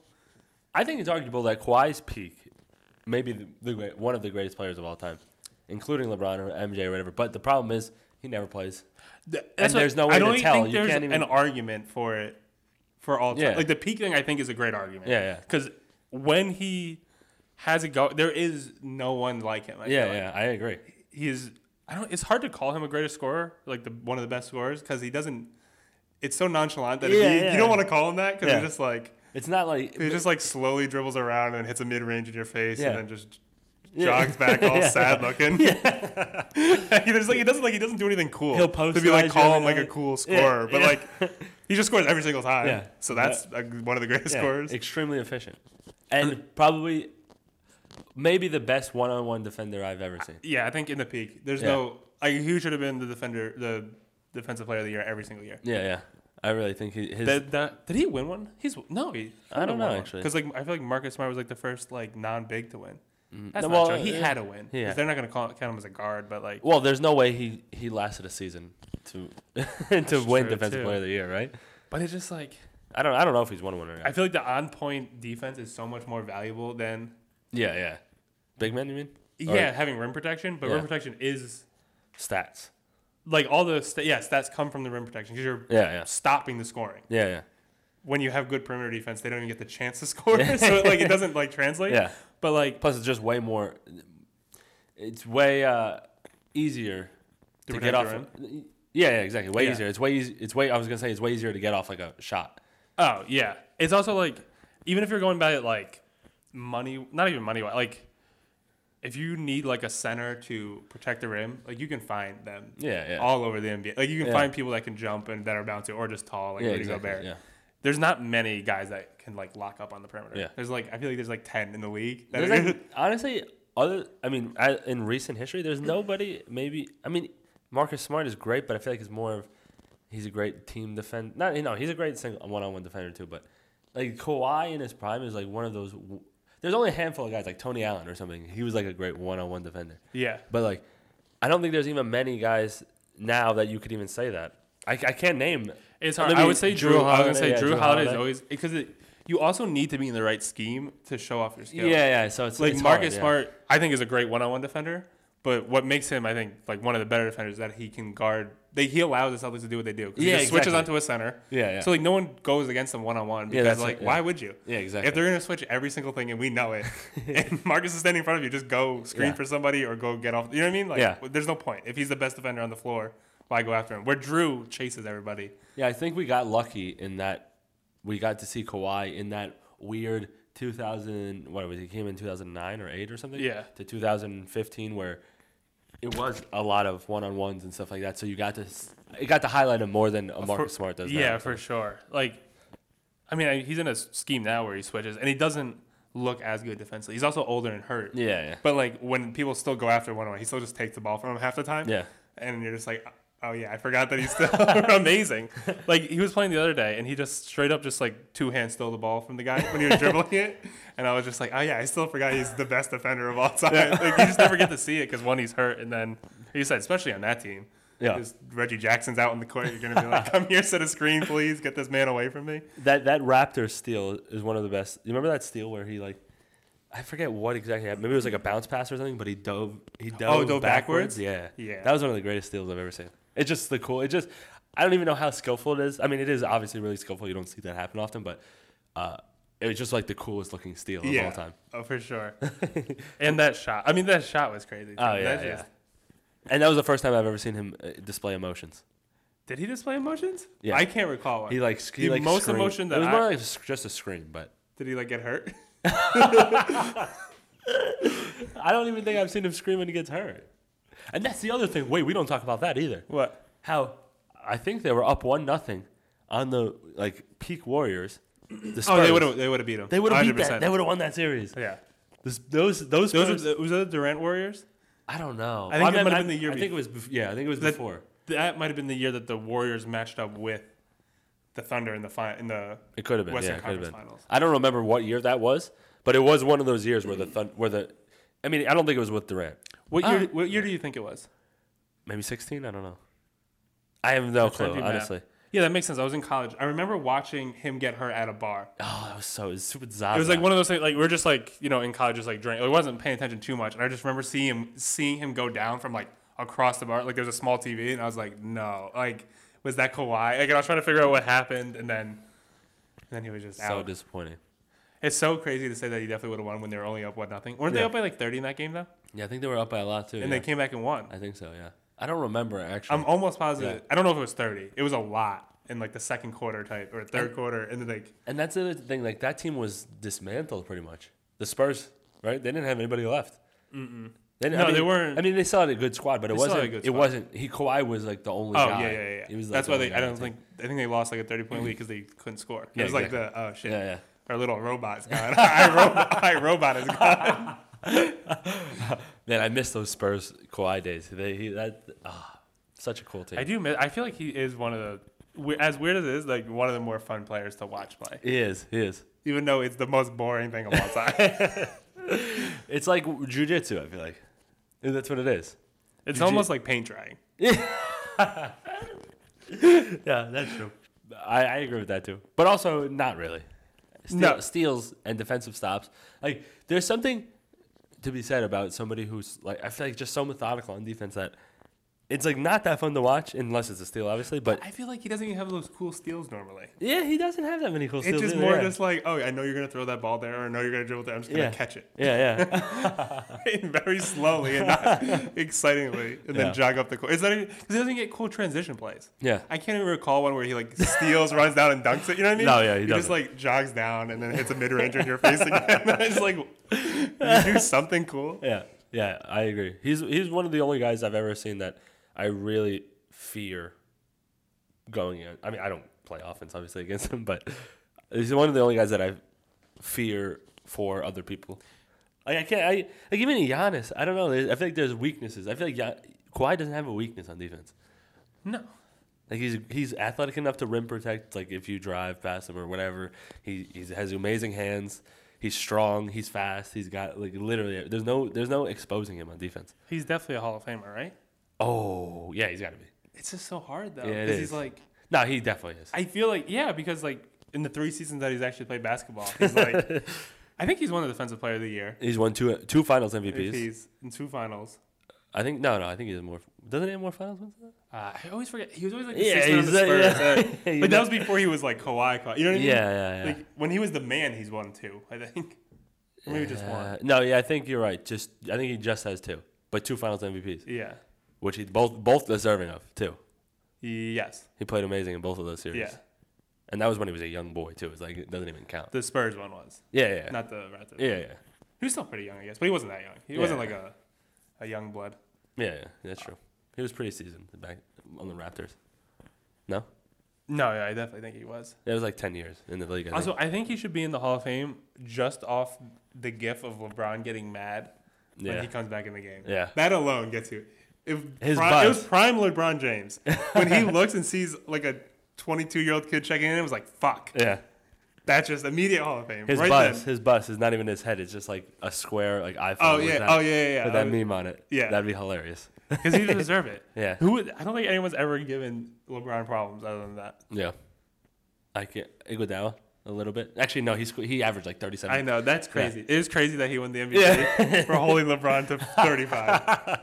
Speaker 1: I think it's arguable that Kawhi's peak, maybe the, the great, one of the greatest players of all time, including LeBron or MJ or whatever. But the problem is he never plays.
Speaker 2: that's what-
Speaker 1: there's no way
Speaker 2: I
Speaker 1: to
Speaker 2: don't even
Speaker 1: tell.
Speaker 2: Think
Speaker 1: You
Speaker 2: there's
Speaker 1: can't even-
Speaker 2: an argument for it for all time.
Speaker 1: Yeah.
Speaker 2: Like the peak thing, I think is a great argument.
Speaker 1: Yeah, yeah.
Speaker 2: Because when he has it go, there is no one like him. I feel
Speaker 1: Yeah,
Speaker 2: like.
Speaker 1: yeah, I agree.
Speaker 2: he is I don't it's hard to call him a greatest scorer, like the one of the best scorers, because he doesn't it's so nonchalant that if
Speaker 1: Yeah,
Speaker 2: you,
Speaker 1: yeah.
Speaker 2: you don't want to call him that because
Speaker 1: Yeah.
Speaker 2: he just like
Speaker 1: It's not like
Speaker 2: he just like slowly dribbles around and hits a mid range in your face
Speaker 1: Yeah.
Speaker 2: and then just
Speaker 1: Yeah.
Speaker 2: jogs back all
Speaker 1: Yeah.
Speaker 2: sad looking. he just like he doesn't like he doesn't do anything cool.
Speaker 1: He'll post
Speaker 2: to be like
Speaker 1: guys
Speaker 2: call him
Speaker 1: every
Speaker 2: like a
Speaker 1: night.
Speaker 2: cool
Speaker 1: Yeah,
Speaker 2: scorer, but
Speaker 1: yeah.
Speaker 2: like he just scores every single time.
Speaker 1: Yeah.
Speaker 2: So that's uh, one of the greatest
Speaker 1: yeah,
Speaker 2: scorers.
Speaker 1: extremely efficient, and probably maybe the best one-on-one defender I've ever seen.
Speaker 2: Yeah, I think in the peak, there's
Speaker 1: Yeah.
Speaker 2: no like he should have been the defender, the defensive player of the year every single year.
Speaker 1: Yeah, yeah. I really think he, his.
Speaker 2: That, that, did he win one? He's no. He,
Speaker 1: I don't know, actually.
Speaker 2: because like I feel like Marcus Smart was like the first like non-big to win. That's
Speaker 1: No,
Speaker 2: not
Speaker 1: well,
Speaker 2: true. He
Speaker 1: uh,
Speaker 2: had a win. 'Cause
Speaker 1: yeah.
Speaker 2: They're not gonna call, count him as a guard, but like
Speaker 1: well, there's no way he he lasted a season to to win
Speaker 2: true,
Speaker 1: Defensive
Speaker 2: too.
Speaker 1: Player of the Year, right?
Speaker 2: but it's just like
Speaker 1: I don't I don't know if he's won one or
Speaker 2: I
Speaker 1: not.
Speaker 2: feel like the on-point defense is so much more valuable than
Speaker 1: Yeah, yeah. Big man, you mean? Or
Speaker 2: yeah having rim protection. But
Speaker 1: Yeah.
Speaker 2: rim protection is
Speaker 1: Stats.
Speaker 2: like all the sta yeah stats come from the rim protection because you're
Speaker 1: Yeah, yeah.
Speaker 2: stopping the scoring.
Speaker 1: Yeah, yeah.
Speaker 2: When you have good perimeter defense, they don't even get the chance to score, so it, like it doesn't like translate.
Speaker 1: Yeah.
Speaker 2: But like
Speaker 1: Plus, it's just way more. It's way uh, easier to,
Speaker 2: protect
Speaker 1: get
Speaker 2: the
Speaker 1: off.
Speaker 2: rim?
Speaker 1: Yeah, yeah, exactly. Way
Speaker 2: Yeah.
Speaker 1: easier. It's way easy. It's way. I was gonna say it's way easier to get off like a shot.
Speaker 2: Oh yeah, it's also like even if you're going by like money, not even money, like if you need like a center to protect the rim, like you can find them
Speaker 1: Yeah, yeah.
Speaker 2: all over the NBA. Like you can
Speaker 1: Yeah.
Speaker 2: find people that can jump and that are bouncy or just tall, like
Speaker 1: yeah,
Speaker 2: Rudy
Speaker 1: exactly.
Speaker 2: Gobert.
Speaker 1: Yeah.
Speaker 2: There's not many guys that can like lock up on the perimeter.
Speaker 1: Yeah.
Speaker 2: There's like I feel like there's like ten in the league. That
Speaker 1: There's
Speaker 2: are-
Speaker 1: like, honestly, other. I mean, I, in recent history, there's nobody. Maybe I mean, Marcus Smart is great, but I feel like it's more of he's a great team defender. Not you know he's a great single one-on-one defender too, but like Kawhi in his prime is like one of those. w- There's only a handful of guys like Tony Allen or something. He was like a great one-on-one defender.
Speaker 2: yeah.
Speaker 1: But like, I don't think there's even many guys now that you could even say that. I, I can't name.
Speaker 2: It's hard.
Speaker 1: Maybe
Speaker 2: I would say Drew. I was gonna say
Speaker 1: yeah,
Speaker 2: Drew, Holiday is
Speaker 1: Holiday.
Speaker 2: always because it, you also need to be in the right scheme to show off your skill.
Speaker 1: Yeah, yeah. So it's
Speaker 2: like
Speaker 1: it's
Speaker 2: Marcus
Speaker 1: hard, yeah.
Speaker 2: Smart, I think is a great one-on-one defender, But what makes him, I think, like one of the better defenders is that he can guard. They, he allows the Celtics to do what they do. 'cause He
Speaker 1: Yeah,
Speaker 2: just switches
Speaker 1: exactly.
Speaker 2: onto a center.
Speaker 1: Yeah, yeah.
Speaker 2: So like no one goes against him one on one
Speaker 1: Yeah,
Speaker 2: because
Speaker 1: that's
Speaker 2: like
Speaker 1: it, yeah.
Speaker 2: why would you?
Speaker 1: Yeah, exactly.
Speaker 2: If they're gonna switch every single thing and we know it, and Marcus is standing in front of you, just go screen
Speaker 1: Yeah.
Speaker 2: for somebody or go get off. You know what I mean? Like
Speaker 1: Yeah.
Speaker 2: there's no point if he's the best defender on the floor. Why go after him? Where Drew chases everybody.
Speaker 1: Yeah, I think we got lucky in that we got to see Kawhi in that weird 2000. What was he came in 2009 or eight or something?
Speaker 2: Yeah.
Speaker 1: to 2015 where it was a lot of one on ones and stuff like that. So you got to s- it got to highlight him more than a Marcus Smart does. now.
Speaker 2: Yeah, for sure. Like, I mean, I, he's in a s- scheme now where he switches, and he doesn't look as good defensively. He's also older and hurt.
Speaker 1: yeah, yeah.
Speaker 2: But like when people still go after one on one, he still just takes the ball from him half the time.
Speaker 1: Yeah.
Speaker 2: And you're just like, oh yeah, I forgot that he's still amazing. Like he was playing the other day, and he just straight up just like two hands stole the ball from the guy when he was dribbling it, and I was just like, oh yeah, I still forgot he's the best defender of all time. Like you just never get to see it because one he's hurt, and then like you said, especially on that team.
Speaker 1: Yeah.
Speaker 2: Because Reggie Jackson's out on the court. You're gonna be like, "Come here, set a screen, please. Get this man away from me."
Speaker 1: That that Raptor steal is one of the best. You remember that steal where he like. I forget what exactly happened. Maybe it was like a bounce pass or something, but he dove. He Oh, dove,
Speaker 2: dove
Speaker 1: backwards.
Speaker 2: backwards?
Speaker 1: Yeah,
Speaker 2: Yeah.
Speaker 1: That was one of the greatest steals I've ever seen. It's just the cool. It just. I don't even know how skillful it is. I mean, it is obviously really skillful. You don't see that happen often, but uh, it was just like the coolest looking steal of all time.
Speaker 2: Oh, for sure. and that shot. I mean, that shot was crazy. too.
Speaker 1: Oh yeah,
Speaker 2: That
Speaker 1: yeah.
Speaker 2: just-
Speaker 1: And that was the first time I've ever seen him uh, display emotions.
Speaker 2: Did he display emotions?
Speaker 1: Yeah.
Speaker 2: I can't recall one.
Speaker 1: He like sc- he,
Speaker 2: The
Speaker 1: like
Speaker 2: most
Speaker 1: screamed.
Speaker 2: emotion that
Speaker 1: it was more
Speaker 2: I-
Speaker 1: like s- just a scream, but
Speaker 2: Did he like get hurt?
Speaker 1: I don't even think I've seen him scream when he gets hurt. And that's the other thing. Wait, we don't talk about that either.
Speaker 2: What?
Speaker 1: how I think they were up one nothing on the like peak Warriors. The Spurs.
Speaker 2: Oh, they would have. They would have beat him.
Speaker 1: They would have beat that.
Speaker 2: 100%.
Speaker 1: They would have won that series.
Speaker 2: yeah.
Speaker 1: This, those those,
Speaker 2: Those
Speaker 1: Spurs-
Speaker 2: are, was that the Durant Warriors?
Speaker 1: I don't know.
Speaker 2: I think it
Speaker 1: mean,
Speaker 2: might have been the year
Speaker 1: I think it was. Bef- yeah, I think it was
Speaker 2: That-
Speaker 1: before.
Speaker 2: That might have been the year that the Warriors matched up with the Thunder in the fi- in the
Speaker 1: It could have been.
Speaker 2: Western
Speaker 1: yeah, it could have
Speaker 2: Conference
Speaker 1: been.
Speaker 2: Finals.
Speaker 1: I don't remember what year that was, but it was one of those years where the thun- where the. I mean, I don't think it was with Durant.
Speaker 2: What
Speaker 1: Ah.
Speaker 2: year? What year do you think it was?
Speaker 1: Maybe sixteen. I don't know. I have no
Speaker 2: Trying to
Speaker 1: clue,
Speaker 2: do math.
Speaker 1: honestly.
Speaker 2: Yeah, that makes sense. I was in college. I remember watching him get hurt at a bar.
Speaker 1: Oh, that was so it was super Zaza.
Speaker 2: It was like one of those things. Like we're just like you know in college, just like drink. I wasn't paying attention too much, and I just remember seeing him seeing him go down from like across the bar. Like there was a small TV, and I was like, no, like was that Kawhi? Like and I was trying to figure out what happened, and then and then he was just
Speaker 1: so
Speaker 2: out.
Speaker 1: disappointing.
Speaker 2: it's so crazy to say that he definitely would have won when they were only up one nothing. Weren't they
Speaker 1: Yeah.
Speaker 2: up by like thirty in that game though?
Speaker 1: Yeah, I think they were up by a lot too.
Speaker 2: And
Speaker 1: yeah.
Speaker 2: they came back and won.
Speaker 1: I think so. Yeah, I don't remember actually.
Speaker 2: I'm almost positive.
Speaker 1: Yeah.
Speaker 2: I don't know if it was thirty. It was a lot in like the second quarter type or third quarter, and then like
Speaker 1: And that's the other thing. Like that team was dismantled pretty much. The Spurs, right? They didn't have anybody left. They didn't-
Speaker 2: No,
Speaker 1: I mean,
Speaker 2: they weren't-
Speaker 1: I mean, they still had a good squad, but it
Speaker 2: They still had
Speaker 1: wasn't.
Speaker 2: a good
Speaker 1: It
Speaker 2: squad.
Speaker 1: wasn't. He Kawhi was like the only
Speaker 2: Oh
Speaker 1: guy.
Speaker 2: yeah, yeah, yeah.
Speaker 1: He was, like,
Speaker 2: That's
Speaker 1: the
Speaker 2: why
Speaker 1: only
Speaker 2: they.
Speaker 1: guy
Speaker 2: I
Speaker 1: on
Speaker 2: don't
Speaker 1: the team.
Speaker 2: think. I think they lost like a thirty-point lead because they couldn't score.
Speaker 1: Yeah,
Speaker 2: it was like the oh shit,
Speaker 1: Yeah, yeah.
Speaker 2: our little robot's gone. our, robot, our robot is gone.
Speaker 1: Man, I miss those Spurs Kawhi days. They he, that ah, such a cool team.
Speaker 2: I do. miss- I feel like he is one of the. we- As weird as it is, like one of the more fun players to watch play,
Speaker 1: he is. He is.
Speaker 2: even though it's the most boring thing of all time.
Speaker 1: It's like jujitsu. I feel like that's what it is.
Speaker 2: it's
Speaker 1: you-
Speaker 2: almost like paint drying.
Speaker 1: Yeah, that's true. I, I agree with that too. But also, not really. Steal,
Speaker 2: No.
Speaker 1: Steals and defensive stops. Like, there's something to be said about somebody who's, like, I feel like just so methodical on defense that it's, like, not that fun to watch unless it's a steal, obviously. But
Speaker 2: I feel like he doesn't even have those cool steals normally.
Speaker 1: yeah, he doesn't have that many cool
Speaker 2: It's
Speaker 1: steals.
Speaker 2: just
Speaker 1: either,
Speaker 2: more
Speaker 1: yeah.
Speaker 2: just like, oh, I know you're gonna throw that ball there, or I know you're gonna dribble there. I'm just gonna
Speaker 1: Yeah.
Speaker 2: catch it
Speaker 1: Yeah, yeah.
Speaker 2: very slowly and not excitingly, and
Speaker 1: Yeah.
Speaker 2: then jog up the court. It's not even because he doesn't get cool transition plays.
Speaker 1: Yeah.
Speaker 2: I can't even recall one where he like steals, runs down, and dunks it. You know what I mean?
Speaker 1: No, yeah, he
Speaker 2: he, just
Speaker 1: doesn't.
Speaker 2: like jogs down and then hits a mid range in your face again. it's like you do something cool.
Speaker 1: Yeah, yeah, I agree. He's he's one of the only guys I've ever seen that I really fear going in. I mean, I don't play offense obviously against him, but he's one of the only guys that I fear for other people. Like I can't, I like even Giannis. I don't know. there's- I feel like there's weaknesses. I feel like Gian, Kawhi doesn't have a weakness on defense.
Speaker 2: No,
Speaker 1: Like he's he's athletic enough to rim protect. Like if you drive past him or whatever, he he has amazing hands. He's strong. He's fast. He's got like literally. There's no there's no exposing him on defense.
Speaker 2: he's definitely a Hall of Famer, right?
Speaker 1: Oh yeah, he's got to be.
Speaker 2: It's just so hard though
Speaker 1: Yeah, it
Speaker 2: because
Speaker 1: is.
Speaker 2: he's like,
Speaker 1: No, he definitely is.
Speaker 2: I feel like yeah, because like in the three seasons that he's actually played basketball, he's like, I think he's won the Defensive Player of the Year.
Speaker 1: He's won two two Finals MVPs.
Speaker 2: MVPs in two finals.
Speaker 1: I think no, no. I think he has more. Doesn't he have more finals wins? than that?
Speaker 2: Uh, I always forget. He was always like the
Speaker 1: Yeah,
Speaker 2: sixth man on
Speaker 1: he's
Speaker 2: the
Speaker 1: like- yeah.
Speaker 2: Spurs. right?
Speaker 1: Yeah,
Speaker 2: Like
Speaker 1: you
Speaker 2: that was before he was like Kawhi. Kawhi. You know what I mean?
Speaker 1: Yeah, yeah, yeah.
Speaker 2: Like when he was the man, he's won two. I think. Or maybe just one.
Speaker 1: Uh, no, yeah, I think you're right. Just I think he just has two, but two Finals MVPs,
Speaker 2: Yeah.
Speaker 1: which he both both deserving of too.
Speaker 2: Yes.
Speaker 1: He played amazing in both of those series.
Speaker 2: Yeah.
Speaker 1: and that was when he was a young boy too. It's like it doesn't even count.
Speaker 2: The Spurs one was
Speaker 1: Yeah, yeah, yeah.
Speaker 2: not the Raptors.
Speaker 1: yeah, yeah,
Speaker 2: He was still pretty young, I guess, but he wasn't that young. He wasn't
Speaker 1: Yeah.
Speaker 2: like a a young blood.
Speaker 1: yeah, yeah. That's true. He was pretty seasoned back on the Raptors. No,
Speaker 2: No, yeah, I definitely think he was.
Speaker 1: it was like ten years in the league. I think.
Speaker 2: Also, I think he should be in the Hall of Fame just off the gif of LeBron getting mad when
Speaker 1: Yeah.
Speaker 2: he comes back in the game.
Speaker 1: Yeah.
Speaker 2: That alone gets you. If
Speaker 1: His
Speaker 2: prime,
Speaker 1: buzz.
Speaker 2: it was prime LeBron James when he looks and sees like a 22 year old kid checking in, it was like fuck.
Speaker 1: yeah,
Speaker 2: That's just immediate Hall of Fame.
Speaker 1: his
Speaker 2: right
Speaker 1: bus,
Speaker 2: then.
Speaker 1: his bus is not even his head. It's just like a square like iPhone.
Speaker 2: Oh
Speaker 1: with
Speaker 2: yeah.
Speaker 1: that-
Speaker 2: oh yeah. Yeah.
Speaker 1: With
Speaker 2: yeah.
Speaker 1: that meme on it.
Speaker 2: yeah.
Speaker 1: that'd be hilarious.
Speaker 2: Because he deserve it.
Speaker 1: Yeah.
Speaker 2: Who? would- I don't think anyone's ever given LeBron problems other than that.
Speaker 1: Yeah, I can Iguodala a little bit. Actually, no, he squ- he averaged like thirty-seven.
Speaker 2: I know that's crazy. It is crazy that he won the MVP
Speaker 1: Yeah.
Speaker 2: for holding LeBron to 35.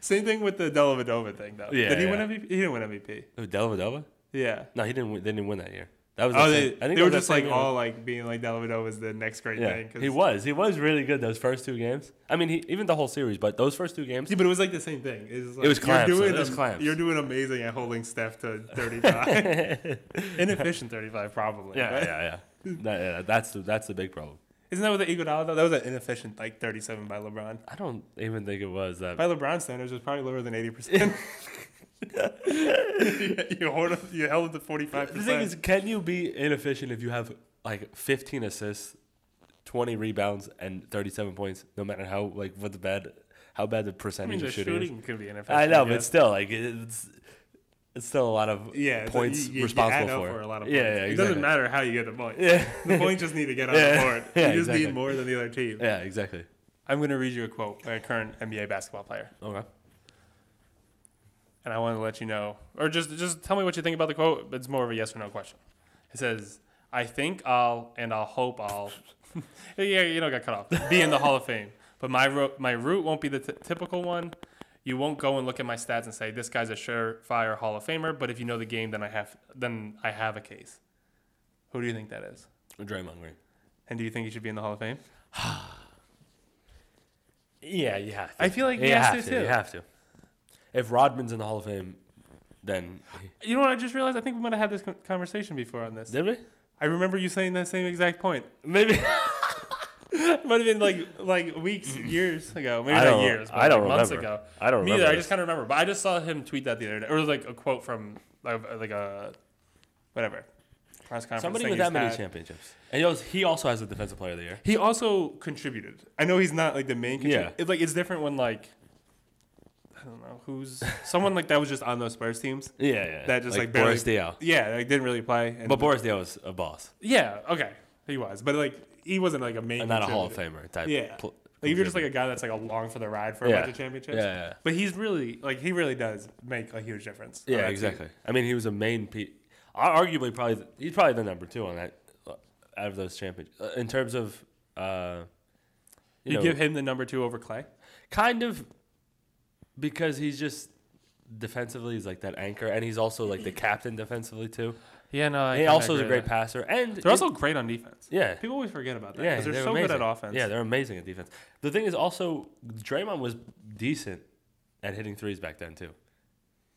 Speaker 2: Same thing with the Dellavedova thing, though.
Speaker 1: Yeah,
Speaker 2: Did he
Speaker 1: yeah.
Speaker 2: win MVP? He didn't win MVP.
Speaker 1: Who, Dellavedova?
Speaker 2: Yeah.
Speaker 1: No, he didn't. Win, they didn't win that year. That was.
Speaker 2: Oh,
Speaker 1: that
Speaker 2: they,
Speaker 1: same- I think
Speaker 2: they
Speaker 1: that
Speaker 2: were
Speaker 1: was that
Speaker 2: just like
Speaker 1: same year.
Speaker 2: all like being like Dellavedova is the next great
Speaker 1: Yeah,
Speaker 2: thing. 'cause-
Speaker 1: he was. He was really good those first two games. I mean, he, even the whole series, but those first two games.
Speaker 2: Yeah, but it was like the same thing. It was, like,
Speaker 1: was clamps,
Speaker 2: You're
Speaker 1: though.
Speaker 2: doing,
Speaker 1: It was
Speaker 2: am-
Speaker 1: clamps.
Speaker 2: You're doing amazing at holding Steph to 35. Inefficient 35, probably.
Speaker 1: Yeah,
Speaker 2: right?
Speaker 1: yeah, yeah. That- yeah, That's the that's the big problem.
Speaker 2: Isn't that with the Iguodala though? That was an inefficient like 37 by LeBron.
Speaker 1: I don't even think it was that.
Speaker 2: By LeBron standards, it was probably lower than 80 percent. you, hold it- you held it to 45
Speaker 1: The thing is,
Speaker 2: percent.
Speaker 1: can you be inefficient if you have like 15 assists, 20 rebounds, and 37 points, no matter how like what the bad how bad the
Speaker 2: I
Speaker 1: percentage
Speaker 2: mean, the
Speaker 1: of shooting? is?
Speaker 2: shooting could be inefficient.
Speaker 1: I know,
Speaker 2: guess.
Speaker 1: but still, like it's it's still a lot of
Speaker 2: yeah, it's like
Speaker 1: points
Speaker 2: you- you- you
Speaker 1: responsible
Speaker 2: add up
Speaker 1: for.
Speaker 2: a lot of
Speaker 1: Yeah,
Speaker 2: points.
Speaker 1: yeah,
Speaker 2: it
Speaker 1: exactly.
Speaker 2: doesn't matter how you get the points.
Speaker 1: Yeah.
Speaker 2: the points just need to get on
Speaker 1: Yeah,
Speaker 2: the board.
Speaker 1: yeah,
Speaker 2: you just
Speaker 1: exactly.
Speaker 2: need more than the other team.
Speaker 1: Yeah, exactly.
Speaker 2: I'm going to read you a quote by a current NBA basketball player,
Speaker 1: Okay.
Speaker 2: and I want to let you know, or just just tell me what you think about the quote. It's more of a yes or no question. It says, "I think I'll and I'll hope I'll." yeah, you know, got cut off. Be in the Hall of Fame, but my ro- my route won't be the t- typical one. You won't go and look at my stats and say this guy's a surefire Hall of Famer. But if you know the game, then I have then I have a case. Who do you think that is?
Speaker 1: Draymond Green.
Speaker 2: And do you think he should be in the Hall of Fame?
Speaker 1: Yeah, you have to.
Speaker 2: I feel like
Speaker 1: you
Speaker 2: he has
Speaker 1: have
Speaker 2: to,
Speaker 1: to. You
Speaker 2: too.
Speaker 1: have to. If Rodman's in the Hall of Fame, then
Speaker 2: You know what? I just realized. I think we might have had this con- conversation before on this.
Speaker 1: did we?
Speaker 2: I remember you saying that same exact point.
Speaker 1: Maybe
Speaker 2: It might have been like like weeks, years ago. Maybe
Speaker 1: I
Speaker 2: not
Speaker 1: don't-
Speaker 2: years, but
Speaker 1: I don't
Speaker 2: like months
Speaker 1: remember.
Speaker 2: ago.
Speaker 1: I don't
Speaker 2: Me
Speaker 1: remember
Speaker 2: either. I
Speaker 1: this.
Speaker 2: just kind of remember, but I just saw him tweet that the other day, or like a quote from like, like a whatever press conference.
Speaker 1: somebody
Speaker 2: thing
Speaker 1: with that
Speaker 2: he's
Speaker 1: many
Speaker 2: had.
Speaker 1: championships, and he also, he also has the Defensive Player of the Year.
Speaker 2: He also contributed. I know he's not like the
Speaker 1: Yeah.
Speaker 2: main. Contributor. It's like it's different when like I don't know who's someone like that was just on those Spurs teams.
Speaker 1: Yeah, yeah.
Speaker 2: That just, like, barely-
Speaker 1: Boris Diaw.
Speaker 2: Yeah, like didn't really play. And,
Speaker 1: But Boris Diaw was a boss
Speaker 2: yeah, okay, he was, but like he wasn't like a main.
Speaker 1: and not a Hall of
Speaker 2: contributor.
Speaker 1: Famer type.
Speaker 2: Yeah.
Speaker 1: pl-
Speaker 2: Like if you're just like
Speaker 1: contributor.
Speaker 2: a guy that's like along for the ride for a
Speaker 1: Yeah.
Speaker 2: bunch of championships.
Speaker 1: Yeah, yeah, yeah.
Speaker 2: But he's really like he really does make a huge difference. on that
Speaker 1: yeah,
Speaker 2: team.
Speaker 1: exactly. I mean, he was a main. Pe- ar- arguably, probably th- he's probably the number two on that uh, out of those championships uh, in terms of. Uh,
Speaker 2: You,
Speaker 1: know,
Speaker 2: give him the number two over Clay.
Speaker 1: Kind of because he's just defensively he's like that anchor and he's also like the captain defensively too.
Speaker 2: Yeah, no.
Speaker 1: And he also is a great passer and
Speaker 2: They're also great on defense.
Speaker 1: yeah.
Speaker 2: People always forget about that
Speaker 1: Yeah,
Speaker 2: because they're, so good
Speaker 1: amazing.
Speaker 2: at offense.
Speaker 1: Yeah, they're amazing at defense. The thing is also Draymond was decent at hitting threes back then too.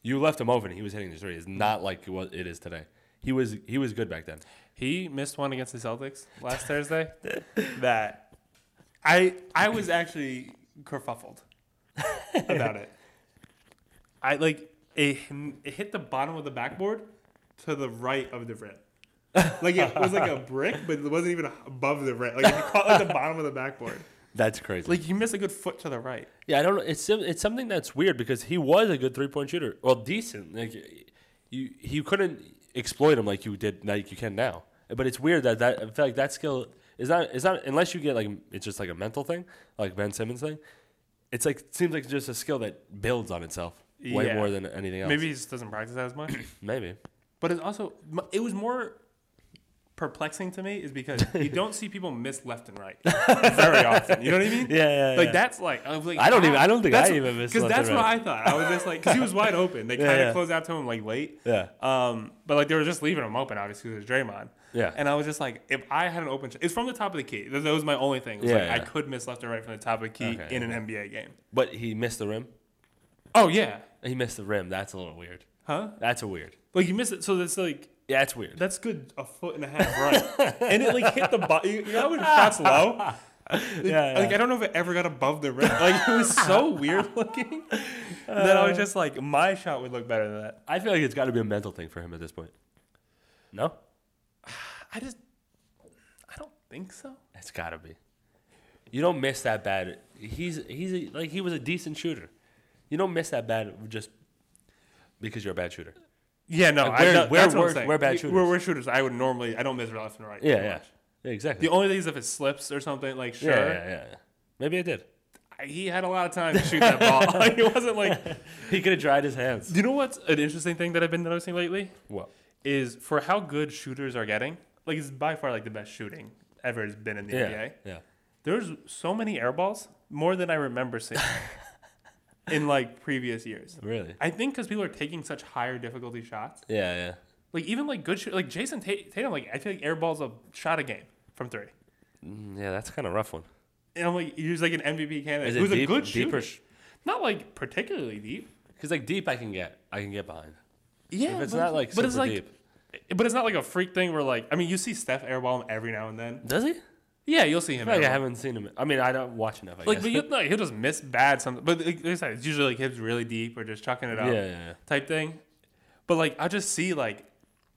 Speaker 1: You left him open, he was hitting the three. It's not like what it is today. He was he was good back then.
Speaker 2: he missed one against the Celtics last Thursday. that I I was actually kerfuffled about it. I like it, it hit the bottom of the backboard to the right of the rim. Like it was like a brick, but it wasn't even above the rim. Like it caught like the bottom of the backboard.
Speaker 1: That's crazy.
Speaker 2: Like you missed a good foot to the right.
Speaker 1: Yeah, I don't know. It's sim- it's something that's weird because he was a good three point shooter. Well, decent. Like you, you couldn't exploit him like you did like you can now. But it's weird that that I feel like that skill is not is not unless you get like it's just like a mental thing, like Ben Simmons thing. It's like it seems like just a skill that builds on itself way
Speaker 2: Yeah.
Speaker 1: more than anything else.
Speaker 2: Maybe he just doesn't practice that as much.
Speaker 1: maybe.
Speaker 2: But it's also it was more perplexing to me is because you don't see people miss left and right very often. You know what I mean?
Speaker 1: Yeah, yeah,
Speaker 2: Like
Speaker 1: yeah.
Speaker 2: that's like I, was like,
Speaker 1: I don't even-
Speaker 2: how-
Speaker 1: I don't think
Speaker 2: that's-
Speaker 1: I even missed left
Speaker 2: that's
Speaker 1: and
Speaker 2: what
Speaker 1: right.
Speaker 2: I thought. I was just like because he was wide open. They
Speaker 1: Yeah,
Speaker 2: kind of
Speaker 1: yeah.
Speaker 2: closed out to him like late.
Speaker 1: Yeah.
Speaker 2: Um, but like they were just leaving him open obviously because it was Draymond.
Speaker 1: Yeah.
Speaker 2: And I was just like, if I had an open, sh- it's from the top of the key. That that was my only thing. It was
Speaker 1: Yeah,
Speaker 2: like, I
Speaker 1: yeah.
Speaker 2: could miss left and right from the top of the key
Speaker 1: Okay,
Speaker 2: in an NBA game.
Speaker 1: But he missed the rim.
Speaker 2: Oh yeah.
Speaker 1: He missed the rim. That's a little weird.
Speaker 2: Huh?
Speaker 1: That's a weird.
Speaker 2: Like you miss it. So that's like
Speaker 1: Yeah, it's weird.
Speaker 2: That's good, a foot and a half right, and it like hit the ball. You, you know when shots low?
Speaker 1: Yeah,
Speaker 2: Like
Speaker 1: yeah.
Speaker 2: I don't know if it ever got above the rim. Like it was so weird looking
Speaker 1: Uh,
Speaker 2: that I was just like, my shot would look better than that.
Speaker 1: I feel like it's got to be a mental thing for him at this point. No,
Speaker 2: I just, I don't think so.
Speaker 1: it's got to be. You don't miss that bad. He's he's a, like he was a decent shooter. You don't miss that bad just because you're a bad shooter.
Speaker 2: Yeah, no.
Speaker 1: Like,
Speaker 2: I,
Speaker 1: we're-
Speaker 2: that-
Speaker 1: we're
Speaker 2: that's what I'm
Speaker 1: worse-
Speaker 2: saying.
Speaker 1: we're bad
Speaker 2: We're,
Speaker 1: shooters.
Speaker 2: we're shooters. I would normally, I don't miss left and right.
Speaker 1: Yeah,
Speaker 2: so
Speaker 1: yeah,
Speaker 2: much.
Speaker 1: yeah exactly.
Speaker 2: The only thing is if it slips or something. Like sure,
Speaker 1: yeah, yeah, yeah, yeah. Maybe I did.
Speaker 2: he had a lot of time to shoot that ball. like, it wasn't like.
Speaker 1: He could have dried his hands.
Speaker 2: Do you know what's an interesting thing that I've been noticing lately?
Speaker 1: What?
Speaker 2: is for how good shooters are getting. Like it's by far like the best shooting ever has been in the
Speaker 1: Yeah,
Speaker 2: NBA.
Speaker 1: yeah.
Speaker 2: There's so many airballs, more than I remember seeing in like previous years.
Speaker 1: Really?
Speaker 2: I think because people are taking such higher difficulty shots.
Speaker 1: Yeah, yeah.
Speaker 2: Like even like good shoot, like Jason Ta- Tatum, like I feel like airballs a shot a game from three.
Speaker 1: Mm, Yeah, that's kind of rough one.
Speaker 2: And I'm like, he's like an MVP candidate
Speaker 1: Is it
Speaker 2: who's
Speaker 1: deep,
Speaker 2: a good
Speaker 1: deeper?
Speaker 2: shooter, not like particularly deep.
Speaker 1: Because like deep, I can get, I can get behind.
Speaker 2: Yeah,
Speaker 1: If it's not like super
Speaker 2: it's like,
Speaker 1: deep,
Speaker 2: but it's not like a freak thing where like I mean you see Steph airball him every now and then.
Speaker 1: does he?
Speaker 2: Yeah, you'll see him.
Speaker 1: Like
Speaker 2: airball.
Speaker 1: I haven't seen him. I mean, I don't watch enough. I
Speaker 2: Like,
Speaker 1: guess.
Speaker 2: but you, no, he'll just miss bad something. But like, like I said, it's usually like hips really deep or just chucking it
Speaker 1: yeah,
Speaker 2: up
Speaker 1: yeah, yeah.
Speaker 2: type thing. But like, I just see like,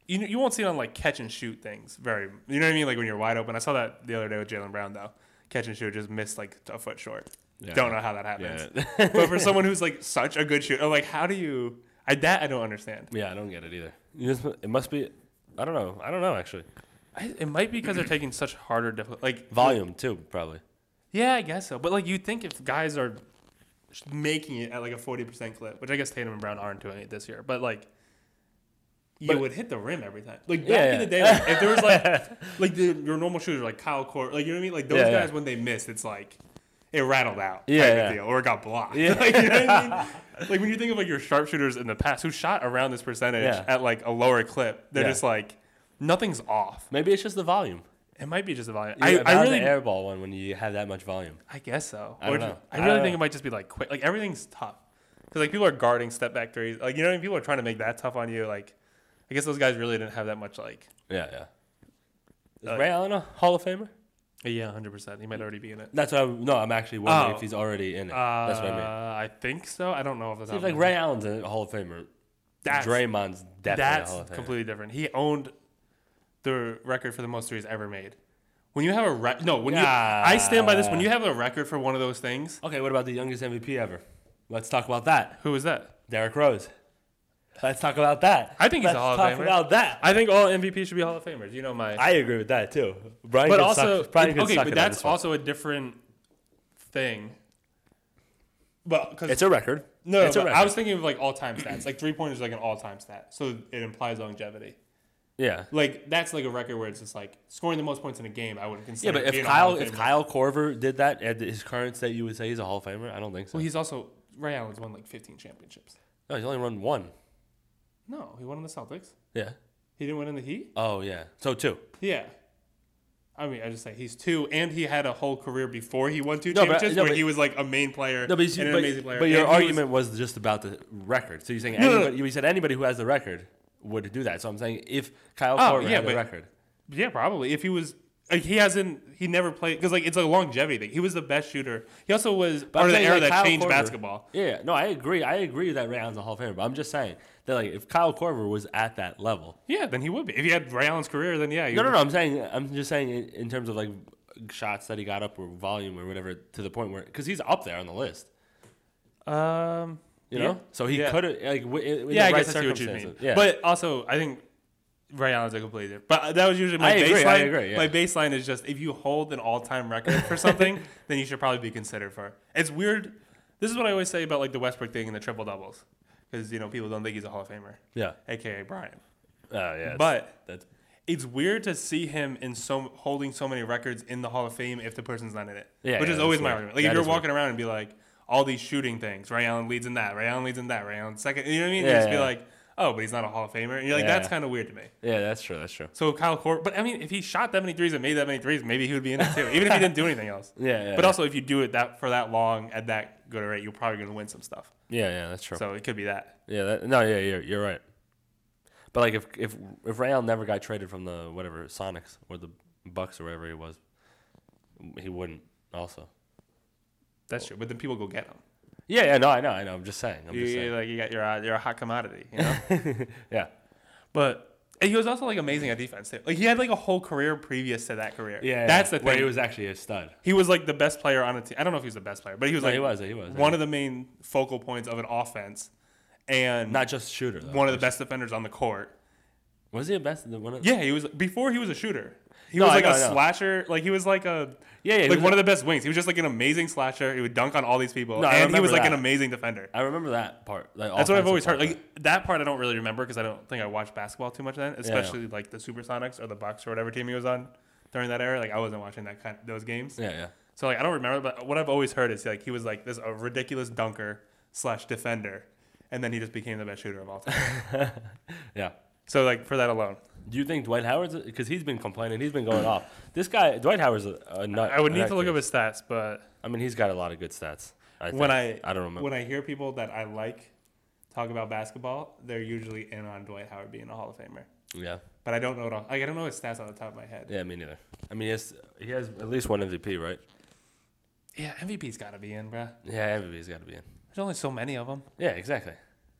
Speaker 2: you you won't see it on like catch and shoot things very. You know what I mean? Like when you're wide open. I saw that the other day with Jalen Brown though. Catch and shoot just missed like a foot short.
Speaker 1: Yeah.
Speaker 2: Don't know how that happens.
Speaker 1: Yeah.
Speaker 2: but for someone who's like such a good shooter, like how do you? I that I don't understand.
Speaker 1: Yeah, I don't get it either. You just, it must be. I don't know. I don't know actually.
Speaker 2: I, it might be because they're taking such harder difficult like
Speaker 1: Volume too, probably.
Speaker 2: Yeah, I guess so. But like, you think if guys are making it at like a forty percent clip, which I guess Tatum and Brown aren't doing it this year, but like, you
Speaker 1: But-
Speaker 2: would hit the rim every time. Like back
Speaker 1: Yeah,
Speaker 2: in
Speaker 1: yeah.
Speaker 2: the day, like, if there was like like the, your normal shooters like Kyle Court, like you know what I mean? Like those
Speaker 1: Yeah, yeah.
Speaker 2: guys when they missed, it's like it rattled out,
Speaker 1: Yeah,
Speaker 2: type of
Speaker 1: yeah.
Speaker 2: deal, or it got blocked.
Speaker 1: Yeah.
Speaker 2: like, you know what I mean? Like when you think of like your sharpshooters in the past who shot around this percentage
Speaker 1: Yeah.
Speaker 2: at like a lower clip, they're
Speaker 1: Yeah.
Speaker 2: just like nothing's off. Maybe
Speaker 1: Maybe it's just the volume.
Speaker 2: it might be just a volume.
Speaker 1: I,
Speaker 2: I, I really
Speaker 1: the airball one when you have that much volume.
Speaker 2: I guess so.
Speaker 1: I don't
Speaker 2: Or ju-
Speaker 1: know.
Speaker 2: I
Speaker 1: I
Speaker 2: really
Speaker 1: don't
Speaker 2: think
Speaker 1: know.
Speaker 2: it might just be like quick. Like everything's tough because like people are guarding step back threes. Like you know what I mean? People are trying to make that tough on you. Like I guess those guys really didn't have that much. Like
Speaker 1: Yeah, yeah. Is
Speaker 2: Uh,
Speaker 1: Ray Allen a Hall of Famer?
Speaker 2: yeah, hundred percent. He might already be in it.
Speaker 1: That's what I, no. I'm actually wondering
Speaker 2: Oh.
Speaker 1: if he's already in it.
Speaker 2: Uh,
Speaker 1: That's what I mean.
Speaker 2: I think so. I don't know if that's
Speaker 1: See, if, like Ray Allen's a Hall of Famer.
Speaker 2: That's
Speaker 1: Draymond's definitely a Hall of
Speaker 2: that's
Speaker 1: Famer.
Speaker 2: completely different. He owned the record for the most threes ever made. When you have a re- no, when you I stand by this. When you have a record for one of those things,
Speaker 1: okay, what about the youngest MVP ever? Let's talk about that.
Speaker 2: who is that?
Speaker 1: Derrick Rose. Let's talk about that.
Speaker 2: I think he's
Speaker 1: Let's
Speaker 2: a Hall of
Speaker 1: talk
Speaker 2: Famer.
Speaker 1: about that.
Speaker 2: I think all MVP should be Hall of Famers. You know my
Speaker 1: I agree with that too. Brian
Speaker 2: but
Speaker 1: could
Speaker 2: also
Speaker 1: suck, Brian could
Speaker 2: okay,
Speaker 1: suck
Speaker 2: but
Speaker 1: it on
Speaker 2: that's
Speaker 1: this one.
Speaker 2: also a different thing. But because
Speaker 1: It's a record.
Speaker 2: no,
Speaker 1: it's
Speaker 2: but I was thinking of like all time stats. Like three pointers is like an all time stat, so it implies longevity.
Speaker 1: yeah.
Speaker 2: Like that's like a record where it's just like scoring the most points in a game. I wouldn't
Speaker 1: Yeah,
Speaker 2: consider.
Speaker 1: but if
Speaker 2: being a Hall
Speaker 1: Kyle
Speaker 2: of
Speaker 1: if
Speaker 2: Famer.
Speaker 1: Kyle Corver did that at his current state, you would say he's a Hall of Famer. I don't think so.
Speaker 2: well, he's also Ray Allen's won like 15 championships.
Speaker 1: no, he's only run one.
Speaker 2: No, he won in the Celtics.
Speaker 1: Yeah.
Speaker 2: He didn't win in the Heat.
Speaker 1: Oh yeah. So two.
Speaker 2: Yeah. I mean, I just say he's two, and he had a whole career before he won two
Speaker 1: No, but-
Speaker 2: championships,
Speaker 1: no,
Speaker 2: where
Speaker 1: but-
Speaker 2: he was like a main player
Speaker 1: No, but, he's,
Speaker 2: and an
Speaker 1: but,
Speaker 2: amazing player.
Speaker 1: but
Speaker 2: and
Speaker 1: your
Speaker 2: he was-
Speaker 1: argument was, just about the record. So you're saying
Speaker 2: No, no, no.
Speaker 1: anybody, you said anybody who has the record would do that. So I'm saying if Kyle
Speaker 2: Oh,
Speaker 1: Corver
Speaker 2: yeah,
Speaker 1: had the
Speaker 2: but-
Speaker 1: record.
Speaker 2: Yeah, probably. If he was, like, he hasn't, he never played because like it's a longevity thing. He was the best shooter. He also was
Speaker 1: But I'm
Speaker 2: part of the
Speaker 1: saying,
Speaker 2: era
Speaker 1: like,
Speaker 2: that
Speaker 1: Kyle
Speaker 2: changed
Speaker 1: Korver-
Speaker 2: basketball.
Speaker 1: Yeah, no, I agree. I agree that Ray Allen's a Hall of Famer, but I'm just saying that like if Kyle Corver was at that level,
Speaker 2: Yeah, then he would be. If he had Ray Allen's career, then yeah. he
Speaker 1: No, no,
Speaker 2: would-
Speaker 1: no. I'm saying, I'm just saying in, in terms of like shots that he got up or volume or whatever to the point where because he's up there on the list,
Speaker 2: Um,
Speaker 1: you
Speaker 2: yeah.
Speaker 1: know. So he
Speaker 2: Yeah.
Speaker 1: could have like w- in, in
Speaker 2: Yeah,
Speaker 1: the
Speaker 2: I
Speaker 1: right
Speaker 2: guess I see what you mean.
Speaker 1: circumstances. Yeah,
Speaker 2: But also, I think Ray Allen's a complete different. But that was usually my
Speaker 1: I
Speaker 2: baseline.
Speaker 1: agree, I agree, yeah.
Speaker 2: My baseline is just if you hold an all-time record for something, then you should probably be considered for. it. It's weird. This is what I always say about like the Westbrook thing and the triple doubles, because you know people don't think he's a Hall of Famer,
Speaker 1: Uh, yeah,
Speaker 2: aka Brian.
Speaker 1: oh yeah. it's-
Speaker 2: But
Speaker 1: that's
Speaker 2: it's weird to see him in so holding so many records in the Hall of Fame if the person's not in it.
Speaker 1: Yeah,
Speaker 2: which
Speaker 1: yeah,
Speaker 2: is always
Speaker 1: that's
Speaker 2: my
Speaker 1: weird.
Speaker 2: argument. Like
Speaker 1: That
Speaker 2: if you're
Speaker 1: is weird.
Speaker 2: walking around and be like, all these shooting things, Ray Allen leads in that, Ray Allen leads in that, Ray Allen second. You know what I mean?
Speaker 1: Yeah,
Speaker 2: you just be
Speaker 1: yeah.
Speaker 2: like, oh, but he's not a Hall of Famer. And you're like,
Speaker 1: Yeah.
Speaker 2: that's kind of weird to me.
Speaker 1: Yeah, that's true. That's true.
Speaker 2: So Kyle Korver, but I mean, if he shot that many threes and made that many threes, maybe he would be in it too, even if he didn't do anything else.
Speaker 1: Yeah, yeah.
Speaker 2: But
Speaker 1: yeah.
Speaker 2: also, if you do it that for that long at that good a rate, you're probably going to win some stuff.
Speaker 1: yeah, yeah, that's true.
Speaker 2: So it could be that.
Speaker 1: Yeah, that, no, yeah, you're, you're right. But like, if if if Ray Allen never got traded from the whatever Sonics or the Bucks or wherever he was, he wouldn't. Also,
Speaker 2: That's true. But then people go get him.
Speaker 1: yeah, yeah, no, I know, I know. I'm just saying. I'm
Speaker 2: You,
Speaker 1: just saying.
Speaker 2: you- like you got your uh, you're a hot commodity, you know.
Speaker 1: Yeah,
Speaker 2: but and he was also like amazing at defense too. Like he had like a whole career previous to that career.
Speaker 1: yeah.
Speaker 2: that's the
Speaker 1: Where
Speaker 2: thing.
Speaker 1: he was actually a stud.
Speaker 2: he was like the best player on a team. I don't know if he was the best player, but he was
Speaker 1: No,
Speaker 2: like
Speaker 1: he was. He was.
Speaker 2: one of the main focal points of an offense, and
Speaker 1: not just shooter. Though.
Speaker 2: one of the best defenders on the court.
Speaker 1: was he a best? The one of,
Speaker 2: Yeah, he was before he was a shooter. He
Speaker 1: No,
Speaker 2: was
Speaker 1: I
Speaker 2: like
Speaker 1: know,
Speaker 2: a
Speaker 1: I know.
Speaker 2: slasher. Like he was like a
Speaker 1: yeah, yeah. he
Speaker 2: like
Speaker 1: was
Speaker 2: one
Speaker 1: a-
Speaker 2: of the best wings. He was just like an amazing slasher. He would dunk on all these people,
Speaker 1: No, I
Speaker 2: and he was
Speaker 1: remember
Speaker 2: like an
Speaker 1: that.
Speaker 2: amazing defender.
Speaker 1: I remember that part. Like,
Speaker 2: That's what I've
Speaker 1: offensive
Speaker 2: always heard.
Speaker 1: part.
Speaker 2: Like that part, I don't really remember because I don't think I watched basketball too much then, especially like the Supersonics or the Bucks or whatever team he was on during that era. Like I wasn't watching that kind those games,
Speaker 1: yeah, yeah.
Speaker 2: so like I don't remember. But what I've always heard is like he was like this a ridiculous dunker slash defender, and then he just became the best shooter of all time.
Speaker 1: Yeah.
Speaker 2: so like for that alone,
Speaker 1: Do you think Dwight Howard's because he's been complaining, he's been going off. This guy, Dwight Howard's a, a nut.
Speaker 2: I would
Speaker 1: a
Speaker 2: need
Speaker 1: nut
Speaker 2: to look
Speaker 1: kid.
Speaker 2: up his stats, but
Speaker 1: I mean, he's got a lot of good stats. I
Speaker 2: when I
Speaker 1: think. I don't remember.
Speaker 2: when I hear people that I like talk about basketball, they're usually in on Dwight Howard being a Hall of Famer.
Speaker 1: yeah,
Speaker 2: But I don't know it all. Like I don't know his stats on the top of my head.
Speaker 1: yeah, me neither. I mean, he has he has at least one MVP, right?
Speaker 2: Yeah, MVP's got to be in, bruh.
Speaker 1: Yeah, MVP's got to be in.
Speaker 2: There's only so many of them.
Speaker 1: Yeah, exactly.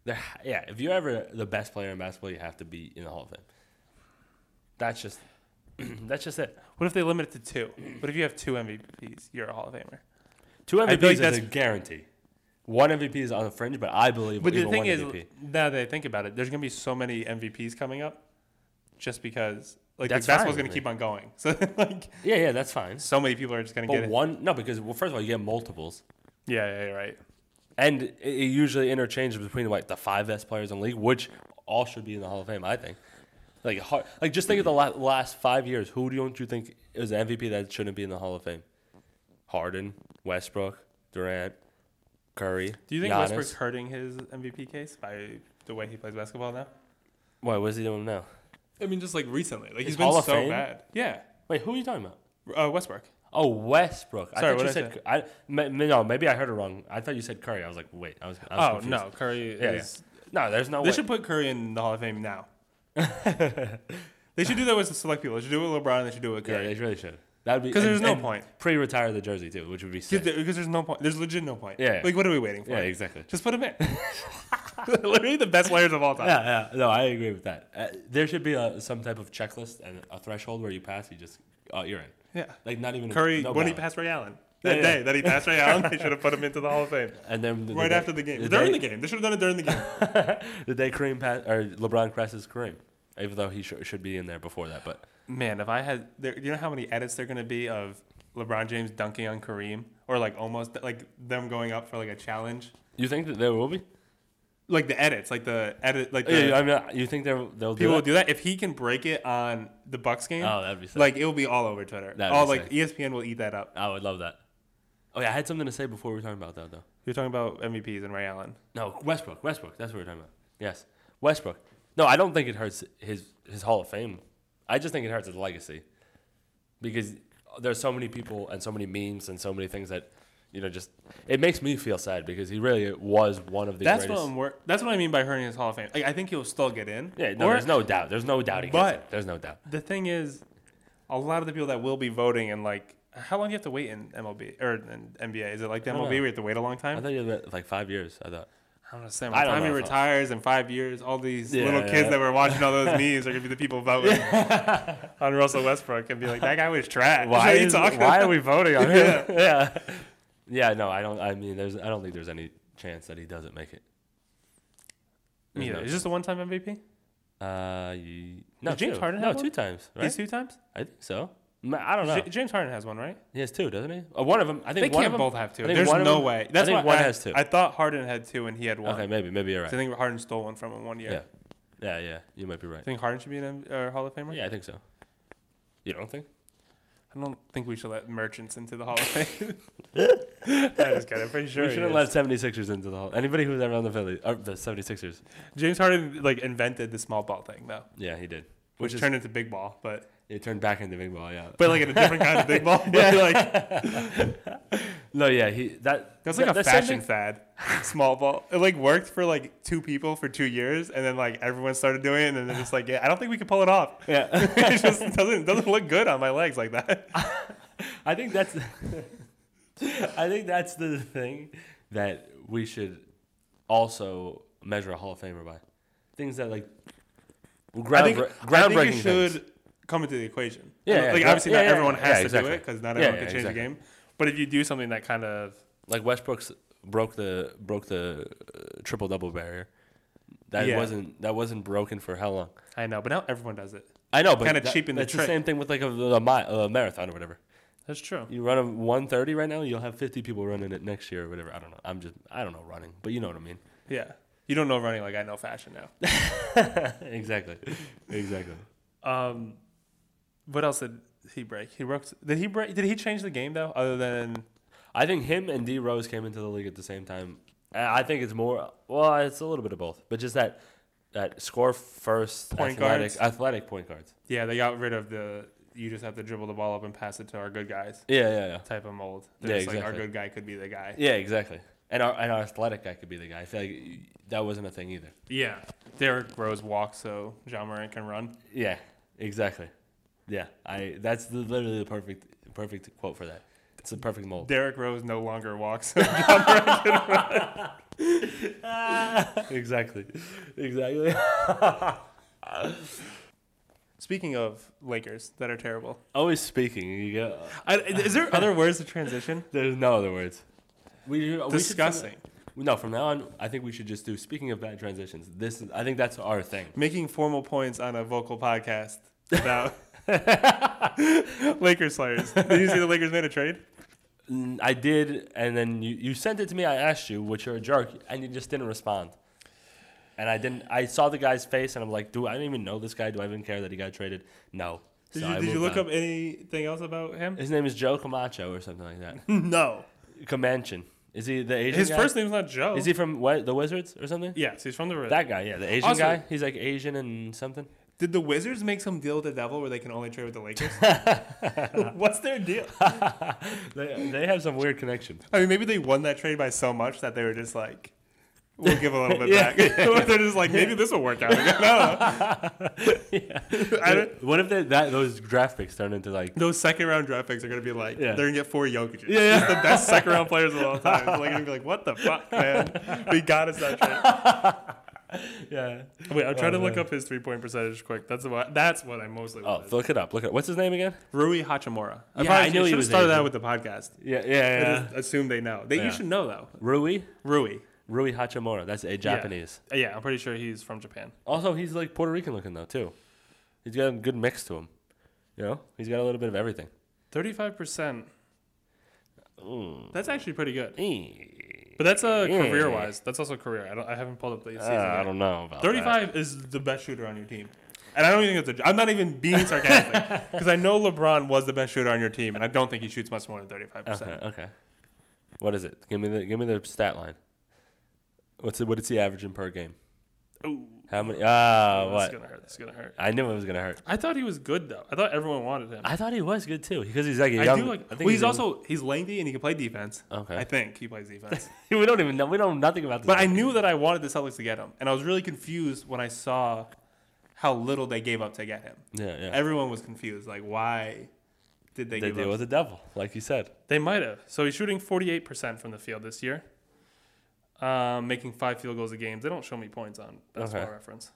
Speaker 1: There, yeah, if you're ever the best player in basketball, you have to be in the Hall of Fame. That's just that's just it.
Speaker 2: What if they limit it to two? What if you have two MVPs? You're a Hall of Famer.
Speaker 1: Two
Speaker 2: I feel like
Speaker 1: MVPs is
Speaker 2: that's-
Speaker 1: a guarantee. One MVP is on the fringe, but I believe
Speaker 2: But the
Speaker 1: even
Speaker 2: thing
Speaker 1: one
Speaker 2: is,
Speaker 1: MVP.
Speaker 2: now that I think about it, there's gonna be so many MVPs coming up, just because like
Speaker 1: That's
Speaker 2: the
Speaker 1: fine
Speaker 2: basketball's
Speaker 1: with
Speaker 2: gonna
Speaker 1: me.
Speaker 2: keep on going. So like
Speaker 1: Yeah, yeah, that's fine.
Speaker 2: so many people are just gonna get
Speaker 1: But
Speaker 2: it.
Speaker 1: one, no, because well, first of all, you get multiples,
Speaker 2: Yeah, yeah, yeah, right.
Speaker 1: and it, it usually interchanges between like the five best players in the league, which all should be in the Hall of Fame, I think. Like, hard, like just think of the la- last five years. Who don't you think is an MVP that shouldn't be in the Hall of Fame? Harden, Westbrook, Durant, Curry.
Speaker 2: Do you think
Speaker 1: Giannis.
Speaker 2: Westbrook's hurting his MVP case by the way he plays basketball now?
Speaker 1: Why? What is he doing now?
Speaker 2: I mean, just like recently, like
Speaker 1: His
Speaker 2: he's been
Speaker 1: Hall
Speaker 2: so
Speaker 1: of Fame?
Speaker 2: bad. Yeah,
Speaker 1: Wait, who are you talking about?
Speaker 2: uh, Westbrook.
Speaker 1: Oh, Westbrook.
Speaker 2: Sorry,
Speaker 1: I thought you
Speaker 2: what did I
Speaker 1: said. I, ma- ma- no, maybe I heard it wrong. I thought you said Curry. I was like, wait, I was. I was
Speaker 2: Oh
Speaker 1: confused.
Speaker 2: no, Curry
Speaker 1: Yeah,
Speaker 2: is
Speaker 1: no, there's no
Speaker 2: They
Speaker 1: way.
Speaker 2: should put Curry in the Hall of Fame now. they should do that with the select people. They should do it with LeBron. They should do it with
Speaker 1: Yeah,
Speaker 2: Curry.
Speaker 1: they really should. That would be
Speaker 2: 'Cause
Speaker 1: and-
Speaker 2: there's no
Speaker 1: and
Speaker 2: point.
Speaker 1: Pre-retire the jersey too, which would be
Speaker 2: Because
Speaker 1: sick.
Speaker 2: there- because there's no point. There's legit no point.
Speaker 1: Yeah.
Speaker 2: Like, what are we waiting for?
Speaker 1: yeah, exactly.
Speaker 2: Just put him in. Literally the best players of all time.
Speaker 1: Yeah, yeah. No, I agree with that. Uh, there should be a, some type of checklist and a threshold where you pass, you just oh, you're in.
Speaker 2: Yeah.
Speaker 1: Like not even
Speaker 2: Curry,
Speaker 1: no
Speaker 2: when he
Speaker 1: ballot.
Speaker 2: passed Ray Allen.
Speaker 1: Yeah,
Speaker 2: That
Speaker 1: yeah.
Speaker 2: day that he passed Ray Allen, they should have put him into the Hall of Fame.
Speaker 1: and then
Speaker 2: Right
Speaker 1: day-
Speaker 2: after the game.
Speaker 1: the
Speaker 2: during
Speaker 1: day,
Speaker 2: the game. They should have done it during the game.
Speaker 1: the day Kareem pass or LeBron crosses Kareem, even though he should should be in there before that. But
Speaker 2: Man, if I had, there, you know how many edits there are going to be of LeBron James dunking on Kareem? Or like almost, like them going up for like a challenge?
Speaker 1: you think that there will be?
Speaker 2: Like the edits, like the edit, like the,
Speaker 1: Yeah, I mean, you think there they'll
Speaker 2: People
Speaker 1: do
Speaker 2: will
Speaker 1: it?
Speaker 2: do that if he can break it on the Bucks game.
Speaker 1: Oh, that'd be sick.
Speaker 2: like it will be all over Twitter.
Speaker 1: That'd
Speaker 2: all
Speaker 1: be
Speaker 2: like E
Speaker 1: sick.
Speaker 2: ESPN will eat that up.
Speaker 1: I would love that. Oh yeah, I had something to say before we were talking about that though.
Speaker 2: You're talking about MVPs and Ray Allen.
Speaker 1: No, Westbrook. Westbrook. That's what we're talking about. Yes, Westbrook. No, I don't think it hurts his his Hall of Fame. I just think it hurts his legacy because there's so many people and so many memes and so many things that you know just it makes me feel sad because he really was one of the
Speaker 2: That's what
Speaker 1: greatest.
Speaker 2: I'm. Wor- that's what I mean by hurting his Hall of Fame. Like I think he'll still get in.
Speaker 1: yeah, no,
Speaker 2: Or-
Speaker 1: there's no doubt. There's no doubt he
Speaker 2: But-
Speaker 1: gets it. There's no doubt.
Speaker 2: The thing is, a lot of the people that will be voting and like, how long do you have to wait in MLB or in NBA? Is it like the
Speaker 1: don't
Speaker 2: MLB
Speaker 1: know.
Speaker 2: where you have to wait a long
Speaker 1: I
Speaker 2: time?
Speaker 1: thought you had like five years. I thought.
Speaker 2: I don't understand.
Speaker 1: I
Speaker 2: By the
Speaker 1: don't
Speaker 2: time he
Speaker 1: know if I-
Speaker 2: retires in five years, all these
Speaker 1: Yeah,
Speaker 2: little kids
Speaker 1: yeah.
Speaker 2: that were watching all those memes are gonna be the people voting on Russell Westbrook and be like, that guy was trash. What
Speaker 1: Why
Speaker 2: are you
Speaker 1: is-
Speaker 2: talking
Speaker 1: why
Speaker 2: about?
Speaker 1: are we voting on him?
Speaker 2: Yeah.
Speaker 1: Yeah. yeah. No, I don't. I mean, there's. I don't think there's any chance that he doesn't make it.
Speaker 2: Me
Speaker 1: There's
Speaker 2: either.
Speaker 1: no
Speaker 2: Is this the one-time MVP?
Speaker 1: Uh, you, no,
Speaker 2: James
Speaker 1: two.
Speaker 2: Harden
Speaker 1: No,
Speaker 2: have one?
Speaker 1: two times, right?
Speaker 2: These two times?
Speaker 1: I think so. Ma- I don't know.
Speaker 2: J- James Harden has one, right?
Speaker 1: He has two, doesn't he? Uh, one of them. I
Speaker 2: They
Speaker 1: think one
Speaker 2: can't
Speaker 1: of them,
Speaker 2: both have two.
Speaker 1: I think
Speaker 2: There's
Speaker 1: one of
Speaker 2: no
Speaker 1: them-
Speaker 2: way.
Speaker 1: I
Speaker 2: That's
Speaker 1: think
Speaker 2: why
Speaker 1: one
Speaker 2: I,
Speaker 1: has two.
Speaker 2: I thought Harden had two and he had one.
Speaker 1: okay, maybe, maybe you're
Speaker 2: So
Speaker 1: right.
Speaker 2: I think Harden's stole one from him one year.
Speaker 1: yeah, Yeah, yeah, you might be right.
Speaker 2: think Harden should be an M- uh, Hall of Famer?
Speaker 1: Yeah, I think so. You don't think?
Speaker 2: I don't think we should let merchants into the Hall of Fame. I just kidding. I'm pretty sure.
Speaker 1: we
Speaker 2: he
Speaker 1: shouldn't
Speaker 2: is.
Speaker 1: let 76ers into the Hall. Anybody who's ever on the Philly, or the 76ers.
Speaker 2: James Harden like invented the small ball thing though,
Speaker 1: Yeah, he did. Which
Speaker 2: which,
Speaker 1: is,
Speaker 2: turned into big ball, but
Speaker 1: it turned back into big ball. Yeah,
Speaker 2: but like in a different kind of big ball. But like
Speaker 1: no, yeah, he that
Speaker 2: that's like
Speaker 1: that-
Speaker 2: a
Speaker 1: the same
Speaker 2: fashion
Speaker 1: thing-
Speaker 2: fad. Small ball. It like worked for like two people for two years, and then like everyone started doing it, and then they're just like, yeah, I don't think we can pull it off.
Speaker 1: Yeah,
Speaker 2: it just doesn't doesn't look good on my legs like that.
Speaker 1: I think that's I think that's the thing that we should also measure a Hall of Famer by. Things that like ground
Speaker 2: I think, I
Speaker 1: groundbreaking
Speaker 2: think it should
Speaker 1: things.
Speaker 2: come into the equation.
Speaker 1: Yeah, yeah,
Speaker 2: like
Speaker 1: yeah,
Speaker 2: obviously
Speaker 1: yeah,
Speaker 2: not
Speaker 1: yeah,
Speaker 2: everyone
Speaker 1: yeah,
Speaker 2: has to
Speaker 1: exactly.
Speaker 2: do it because not
Speaker 1: Yeah,
Speaker 2: everyone
Speaker 1: yeah,
Speaker 2: can change
Speaker 1: exactly.
Speaker 2: the game. But if you do something that kind of
Speaker 1: Like Westbrook's broke the broke the uh, triple double barrier. That
Speaker 2: Yeah.
Speaker 1: wasn't that wasn't broken for how long?
Speaker 2: I know, but now everyone does it.
Speaker 1: I know, but
Speaker 2: Kinda
Speaker 1: that-
Speaker 2: cheapened the
Speaker 1: That's the
Speaker 2: trick.
Speaker 1: same thing with like a, a, mi- a marathon or whatever.
Speaker 2: That's true.
Speaker 1: You run a 130 right now, you'll have 50 people running it next year or whatever. I don't know. I'm just I don't know running, but you know what I mean.
Speaker 2: Yeah. You don't know running like I know fashion now.
Speaker 1: exactly, exactly.
Speaker 2: Um, what else did he break? He broke. Did he break? Did he change the game though? Other than
Speaker 1: I think him and D Rose came into the league at the same time. And I think it's more well, it's a little bit of both, but just that that score first
Speaker 2: Point
Speaker 1: athletic
Speaker 2: guards.
Speaker 1: athletic point guards.
Speaker 2: yeah, they got rid of the you just have to dribble the ball up and pass it to our good guys
Speaker 1: Yeah, yeah, yeah.
Speaker 2: type of mold. They're
Speaker 1: Yeah,
Speaker 2: just like our
Speaker 1: exactly.
Speaker 2: good guy could be the guy.
Speaker 1: Yeah, exactly. And our and our athletic guy could be the guy. I feel like that wasn't a thing either.
Speaker 2: Yeah. Derrick Rose walks so John Moran can run.
Speaker 1: Yeah, exactly. Yeah, I that's the, literally the perfect perfect quote for that. It's the perfect mold.
Speaker 2: Derrick Rose no longer walks.
Speaker 1: exactly, exactly.
Speaker 2: Speaking of Lakers that are terrible,
Speaker 1: Always speaking, you go.
Speaker 2: I, is there other words to transition?
Speaker 1: There's no other words. We, we should-
Speaker 2: Disgusting.
Speaker 1: No, from now on, I think we should just do. Speaking of bad transitions, this is, I think that's our thing.
Speaker 2: Making formal points on a vocal podcast about Lakers players. Did you see the Lakers made a trade?
Speaker 1: Mm, I did, and then you, you sent it to me. I asked you, which you're a jerk, and you just didn't respond. And I didn't. I saw the guy's face, and I'm like, do I don't even know this guy? Do I even care that he got traded? No.
Speaker 2: Did
Speaker 1: So I
Speaker 2: you, did you
Speaker 1: moved
Speaker 2: look
Speaker 1: on.
Speaker 2: up anything else about him?
Speaker 1: His name is Joe Camacho or something like that.
Speaker 2: No.
Speaker 1: Comanchian. Is he the Asian?
Speaker 2: His
Speaker 1: guy?
Speaker 2: first name's not Joe.
Speaker 1: Is he from what, the Wizards or something?
Speaker 2: Yes, he's from the Wizards.
Speaker 1: That guy, yeah, the Asian
Speaker 2: Also-
Speaker 1: guy. He's like Asian and something.
Speaker 2: Did the Wizards make some deal with the devil where they can only trade with the Lakers? What's their deal?
Speaker 1: They, they have some weird connection.
Speaker 2: I mean, maybe they won that trade by so much that they were just like, "We'll give a little bit
Speaker 1: Yeah.
Speaker 2: back." They're just like, "Maybe this will work out." I don't know. I don't-
Speaker 1: What if they, that those draft picks turn into like
Speaker 2: those second round draft picks are gonna be like,
Speaker 1: Yeah.
Speaker 2: they're gonna get four Jokic's.
Speaker 1: Yeah, yeah.
Speaker 2: Just the best second round players of all time. Like, they're gonna be like, "What the fuck, man? We got us that trade."
Speaker 1: yeah?
Speaker 2: Wait, I'm trying to look
Speaker 1: Oh, man.
Speaker 2: up his three point percentage quick. That's what that's what I mostly.
Speaker 1: Oh,
Speaker 2: wanted.
Speaker 1: look it up. Look it. What's his name again?
Speaker 2: Rui Hachimura. I
Speaker 1: Yeah,
Speaker 2: probably
Speaker 1: I knew he
Speaker 2: should- should have
Speaker 1: was
Speaker 2: started that
Speaker 1: Asian.
Speaker 2: with the podcast.
Speaker 1: Yeah, yeah,
Speaker 2: I just assume they know. They,
Speaker 1: Yeah.
Speaker 2: You should know though.
Speaker 1: Rui
Speaker 2: Rui.
Speaker 1: Rui Hachimura. That's a Japanese.
Speaker 2: Yeah, I'm pretty sure he's from Japan.
Speaker 1: Also, he's like Puerto Rican looking though too. He's got a good mix to him. You know, he's got a little bit of everything.
Speaker 2: Thirty-five percent. That's actually pretty good.
Speaker 1: Eh,
Speaker 2: Hmm. But that's uh,
Speaker 1: Yeah.
Speaker 2: career-wise. That's also career. I don't. I haven't pulled up the season.
Speaker 1: uh, I
Speaker 2: yet.
Speaker 1: don't know about that.
Speaker 2: Thirty-five is the best shooter on your team, and I don't even think that's a. I'm not even being sarcastic because I know LeBron was the best shooter on your team, and I don't think he shoots much more than thirty-five
Speaker 1: Okay,
Speaker 2: percent.
Speaker 1: okay. What is it? Give me the give me the stat line. What's the, what is he averaging per game?
Speaker 2: Ooh,
Speaker 1: How many? Ah,
Speaker 2: that's
Speaker 1: what?
Speaker 2: gonna hurt. That's gonna hurt.
Speaker 1: I knew it was gonna hurt.
Speaker 2: I thought he was good though. I thought everyone wanted him. I,
Speaker 1: I thought he was good too because he's like a young. Uh-huh.
Speaker 2: do like.
Speaker 1: I
Speaker 2: well, he's
Speaker 1: a-
Speaker 2: also he's lengthy and he can play defense.
Speaker 1: Okay.
Speaker 2: I think he plays defense.
Speaker 1: we don't even know. We know nothing about this.
Speaker 2: But I knew that I wanted the Celtics to get him, and I was really confused when I saw how little they gave up to get him.
Speaker 1: yeah, yeah.
Speaker 2: Everyone was confused, like why did they,
Speaker 1: they
Speaker 2: give
Speaker 1: deal
Speaker 2: up?
Speaker 1: with the devil, like you said.
Speaker 2: they might have. So he's shooting forty-eight percent from the field this year, um, making five field goals a game. They don't show me points on basketball
Speaker 1: Okay.
Speaker 2: reference,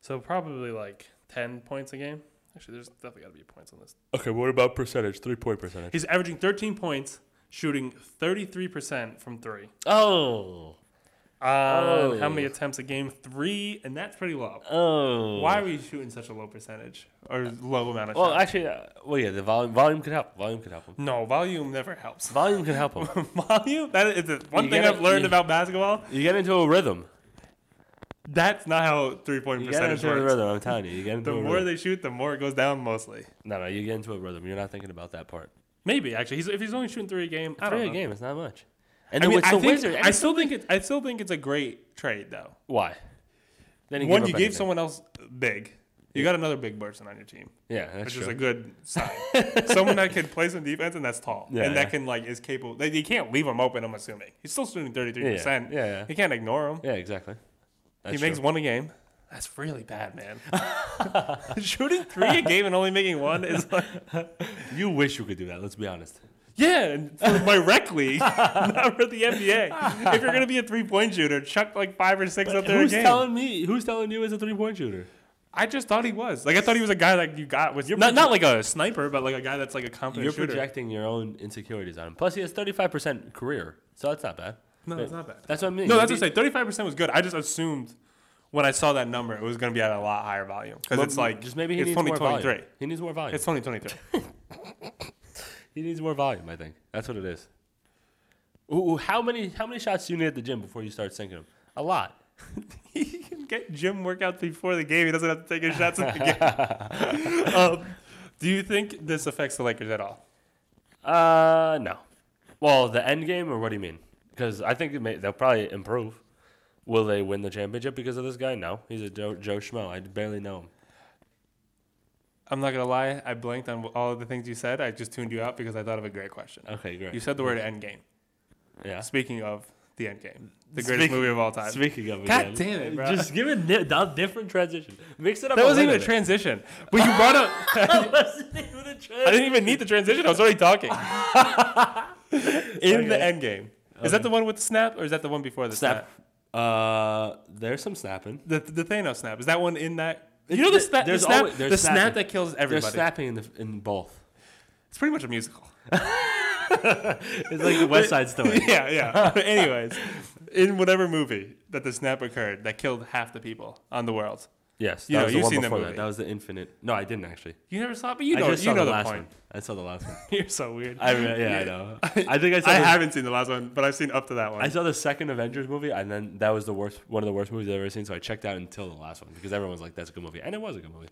Speaker 2: so probably like ten points a game. Actually, there's definitely got to be points on this.
Speaker 1: Okay, what about percentage? Three point percentage.
Speaker 2: He's averaging thirteen points, shooting thirty-three percent from three.
Speaker 1: Oh,
Speaker 2: On how
Speaker 1: Oh.
Speaker 2: many attempts a game? Three, and that's pretty low.
Speaker 1: oh.
Speaker 2: Why are we shooting such a low percentage or low amount of
Speaker 1: Well,
Speaker 2: shots?
Speaker 1: actually, uh, well, yeah, the volume volume could help. Volume could help him.
Speaker 2: no, volume never helps.
Speaker 1: Volume can help him.
Speaker 2: volume? That is the one
Speaker 1: You
Speaker 2: thing
Speaker 1: gotta-
Speaker 2: I've learned
Speaker 1: you-
Speaker 2: about basketball.
Speaker 1: You get into a rhythm.
Speaker 2: That's not how three point
Speaker 1: You get
Speaker 2: percentage
Speaker 1: into a
Speaker 2: works.
Speaker 1: rhythm. I'm telling you, you get into
Speaker 2: The
Speaker 1: a
Speaker 2: more
Speaker 1: rhythm.
Speaker 2: they shoot, the more it goes down. Mostly,
Speaker 1: no, no, you get into a rhythm. You're not thinking about that part.
Speaker 2: maybe actually, he's, if he's only shooting three a game, I don't
Speaker 1: Three a
Speaker 2: know.
Speaker 1: game, it's not much. And
Speaker 2: I
Speaker 1: then
Speaker 2: mean,
Speaker 1: with
Speaker 2: I
Speaker 1: the
Speaker 2: think-
Speaker 1: Wizard,
Speaker 2: I still think it, I still think it's a great trade though.
Speaker 1: why? Then
Speaker 2: One, you gave someone else big. You got another big person on your team,
Speaker 1: Yeah, that's
Speaker 2: which
Speaker 1: true.
Speaker 2: is a good sign. Someone that can play some defense and that's tall,
Speaker 1: Yeah,
Speaker 2: and that
Speaker 1: yeah.
Speaker 2: can like is capable. They, you can't leave him open. I'm assuming he's still shooting 33.
Speaker 1: yeah, yeah,
Speaker 2: percent
Speaker 1: yeah,
Speaker 2: You can't ignore him.
Speaker 1: yeah, exactly. That's
Speaker 2: he makes
Speaker 1: true.
Speaker 2: one a game. That's really bad, man. shooting three a game and only making one is like
Speaker 1: You wish you could do that. Let's be honest.
Speaker 2: yeah. And for my rec league, not for the NBA. If you're gonna be a three point shooter, chuck like five or six up there a
Speaker 1: who's
Speaker 2: game.
Speaker 1: telling me? Who's telling you as a three point shooter?
Speaker 2: I just thought he was. Like I thought he was a guy like you got with
Speaker 1: You're
Speaker 2: not not like a sniper, but like a guy that's like a competent
Speaker 1: You're
Speaker 2: shooter.
Speaker 1: projecting your own insecurities on him. Plus, he has 35 percent career, so that's not bad.
Speaker 2: no, that's not bad.
Speaker 1: That's what I mean.
Speaker 2: No, that's
Speaker 1: Maybe-
Speaker 2: what I say. Thirty five percent was good. I just assumed when I saw that number it was gonna be at a lot higher volume because
Speaker 1: but
Speaker 2: it's like
Speaker 1: just maybe he
Speaker 2: it's
Speaker 1: needs more
Speaker 2: twenty twenty three.
Speaker 1: volume. He needs more volume.
Speaker 2: It's twenty twenty three.
Speaker 1: He needs more volume. I think that's what it is. Ooh, how many how many shots do you need at the gym before you start sinking them? A lot.
Speaker 2: he can get gym workouts before the game. He doesn't have to take his shots at the game. um, do you think this affects the Lakers at all?
Speaker 1: Uh, no. Well, the end game, or what do you mean? Because I think it may, they'll probably improve. Will they win the championship because of this guy? No, he's a Joe, Joe Schmo. I barely know him.
Speaker 2: I'm not gonna lie. I blanked on all of the things you said. I just tuned you out because I thought of a great question.
Speaker 1: Okay, great.
Speaker 2: You said the word end game.
Speaker 1: yeah.
Speaker 2: Speaking of the end game, the greatest
Speaker 1: Speak-
Speaker 2: movie of all time.
Speaker 1: Speaking of,
Speaker 2: God
Speaker 1: again,
Speaker 2: damn it, bro.
Speaker 1: Just give it di- a different transition. Mix it up.
Speaker 2: that
Speaker 1: a
Speaker 2: wasn't even a
Speaker 1: little bit.
Speaker 2: transition. But you brought up.
Speaker 1: That wasn't even a
Speaker 2: I
Speaker 1: transition.
Speaker 2: didn't even need the transition. I was already talking. In the
Speaker 1: Okay.
Speaker 2: end game. Is that the one with the snap, or is that the one before the snap?
Speaker 1: Snap. Uh, there's some snapping.
Speaker 2: The, the Thanos snap. Is that one in that? You
Speaker 1: It's-
Speaker 2: know the,
Speaker 1: there-
Speaker 2: sna- the
Speaker 1: there's
Speaker 2: snap.
Speaker 1: always- there's
Speaker 2: the snap
Speaker 1: snapping.
Speaker 2: that kills
Speaker 1: They're
Speaker 2: everybody.
Speaker 1: snapping in the in both.
Speaker 2: It's pretty much a musical.
Speaker 1: It's like the West Side Story.
Speaker 2: yeah, yeah. Anyways, in whatever movie that the snap occurred that killed half the people on the world,
Speaker 1: Yes, that
Speaker 2: You know,
Speaker 1: was the
Speaker 2: you've
Speaker 1: one
Speaker 2: seen the
Speaker 1: before that.
Speaker 2: movie.
Speaker 1: That was the Infinite. No, I didn't actually.
Speaker 2: you never saw it, but you
Speaker 1: I
Speaker 2: know,
Speaker 1: just
Speaker 2: you
Speaker 1: saw
Speaker 2: know
Speaker 1: the
Speaker 2: the,
Speaker 1: last
Speaker 2: point.
Speaker 1: one. I saw the last one.
Speaker 2: You're so weird.
Speaker 1: I re- yeah, I know. I think I saw.
Speaker 2: I
Speaker 1: the,
Speaker 2: haven't seen the last one, but I've seen up to that one.
Speaker 1: I saw the second Avengers movie, and then that was the worst, one of the worst movies I've ever seen. So I checked out until the last one because everyone was like, "That's a good movie," and it was a good movie.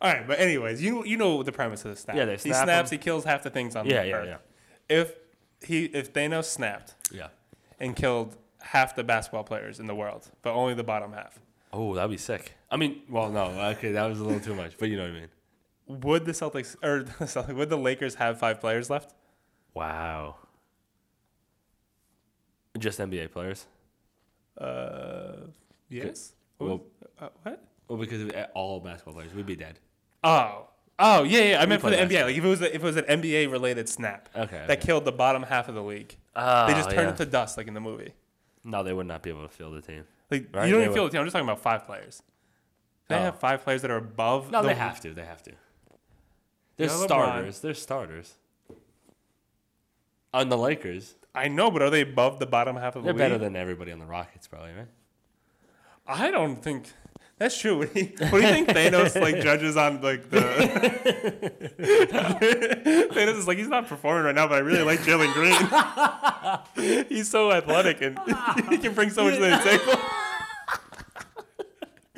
Speaker 2: All right, but anyways, you you know the premise of the snap.
Speaker 1: Yeah, they
Speaker 2: he
Speaker 1: snap
Speaker 2: snaps, he kills half the things on
Speaker 1: Yeah,
Speaker 2: the
Speaker 1: yeah,
Speaker 2: earth. If he if Thanos snapped
Speaker 1: Yeah.
Speaker 2: and killed half the basketball players in the world, but only the bottom half,
Speaker 1: Oh, that'd be sick. I mean, well, no, okay, that was a little too much, but you know what I mean.
Speaker 2: would the Celtics or the Celtics, would the Lakers have five players left?
Speaker 1: Wow. Just NBA players.
Speaker 2: Uh, yes. What?
Speaker 1: Well,
Speaker 2: was- uh, what?
Speaker 1: well, because of all basketball players, we'd be dead.
Speaker 2: Oh, oh yeah, yeah. I meant for
Speaker 1: play
Speaker 2: the NBA. Like if it was a, if it was an NBA related snap
Speaker 1: Okay. Oh, Ah,
Speaker 2: that killed the bottom half of the league, they just turned it to dust, like in the movie.
Speaker 1: No, they would not be able to field the team.
Speaker 2: Like
Speaker 1: Right,
Speaker 2: you don't
Speaker 1: they
Speaker 2: even feel the team. I'm just talking about five players. They
Speaker 1: Oh.
Speaker 2: have five players that are above.
Speaker 1: No,
Speaker 2: the
Speaker 1: they have to. They have to. They're
Speaker 2: Yeah, LeBron.
Speaker 1: starters. They're starters. On the Lakers,
Speaker 2: I know, but are they above the bottom half of the
Speaker 1: they're
Speaker 2: league?
Speaker 1: better than everybody on the Rockets, probably, right?
Speaker 2: I don't think that's true. What do you, what do you think Thanos like judges on like the? Thanos is like he's not performing right now, but I really like Jalen Green. he's so athletic and he can bring so much to the table.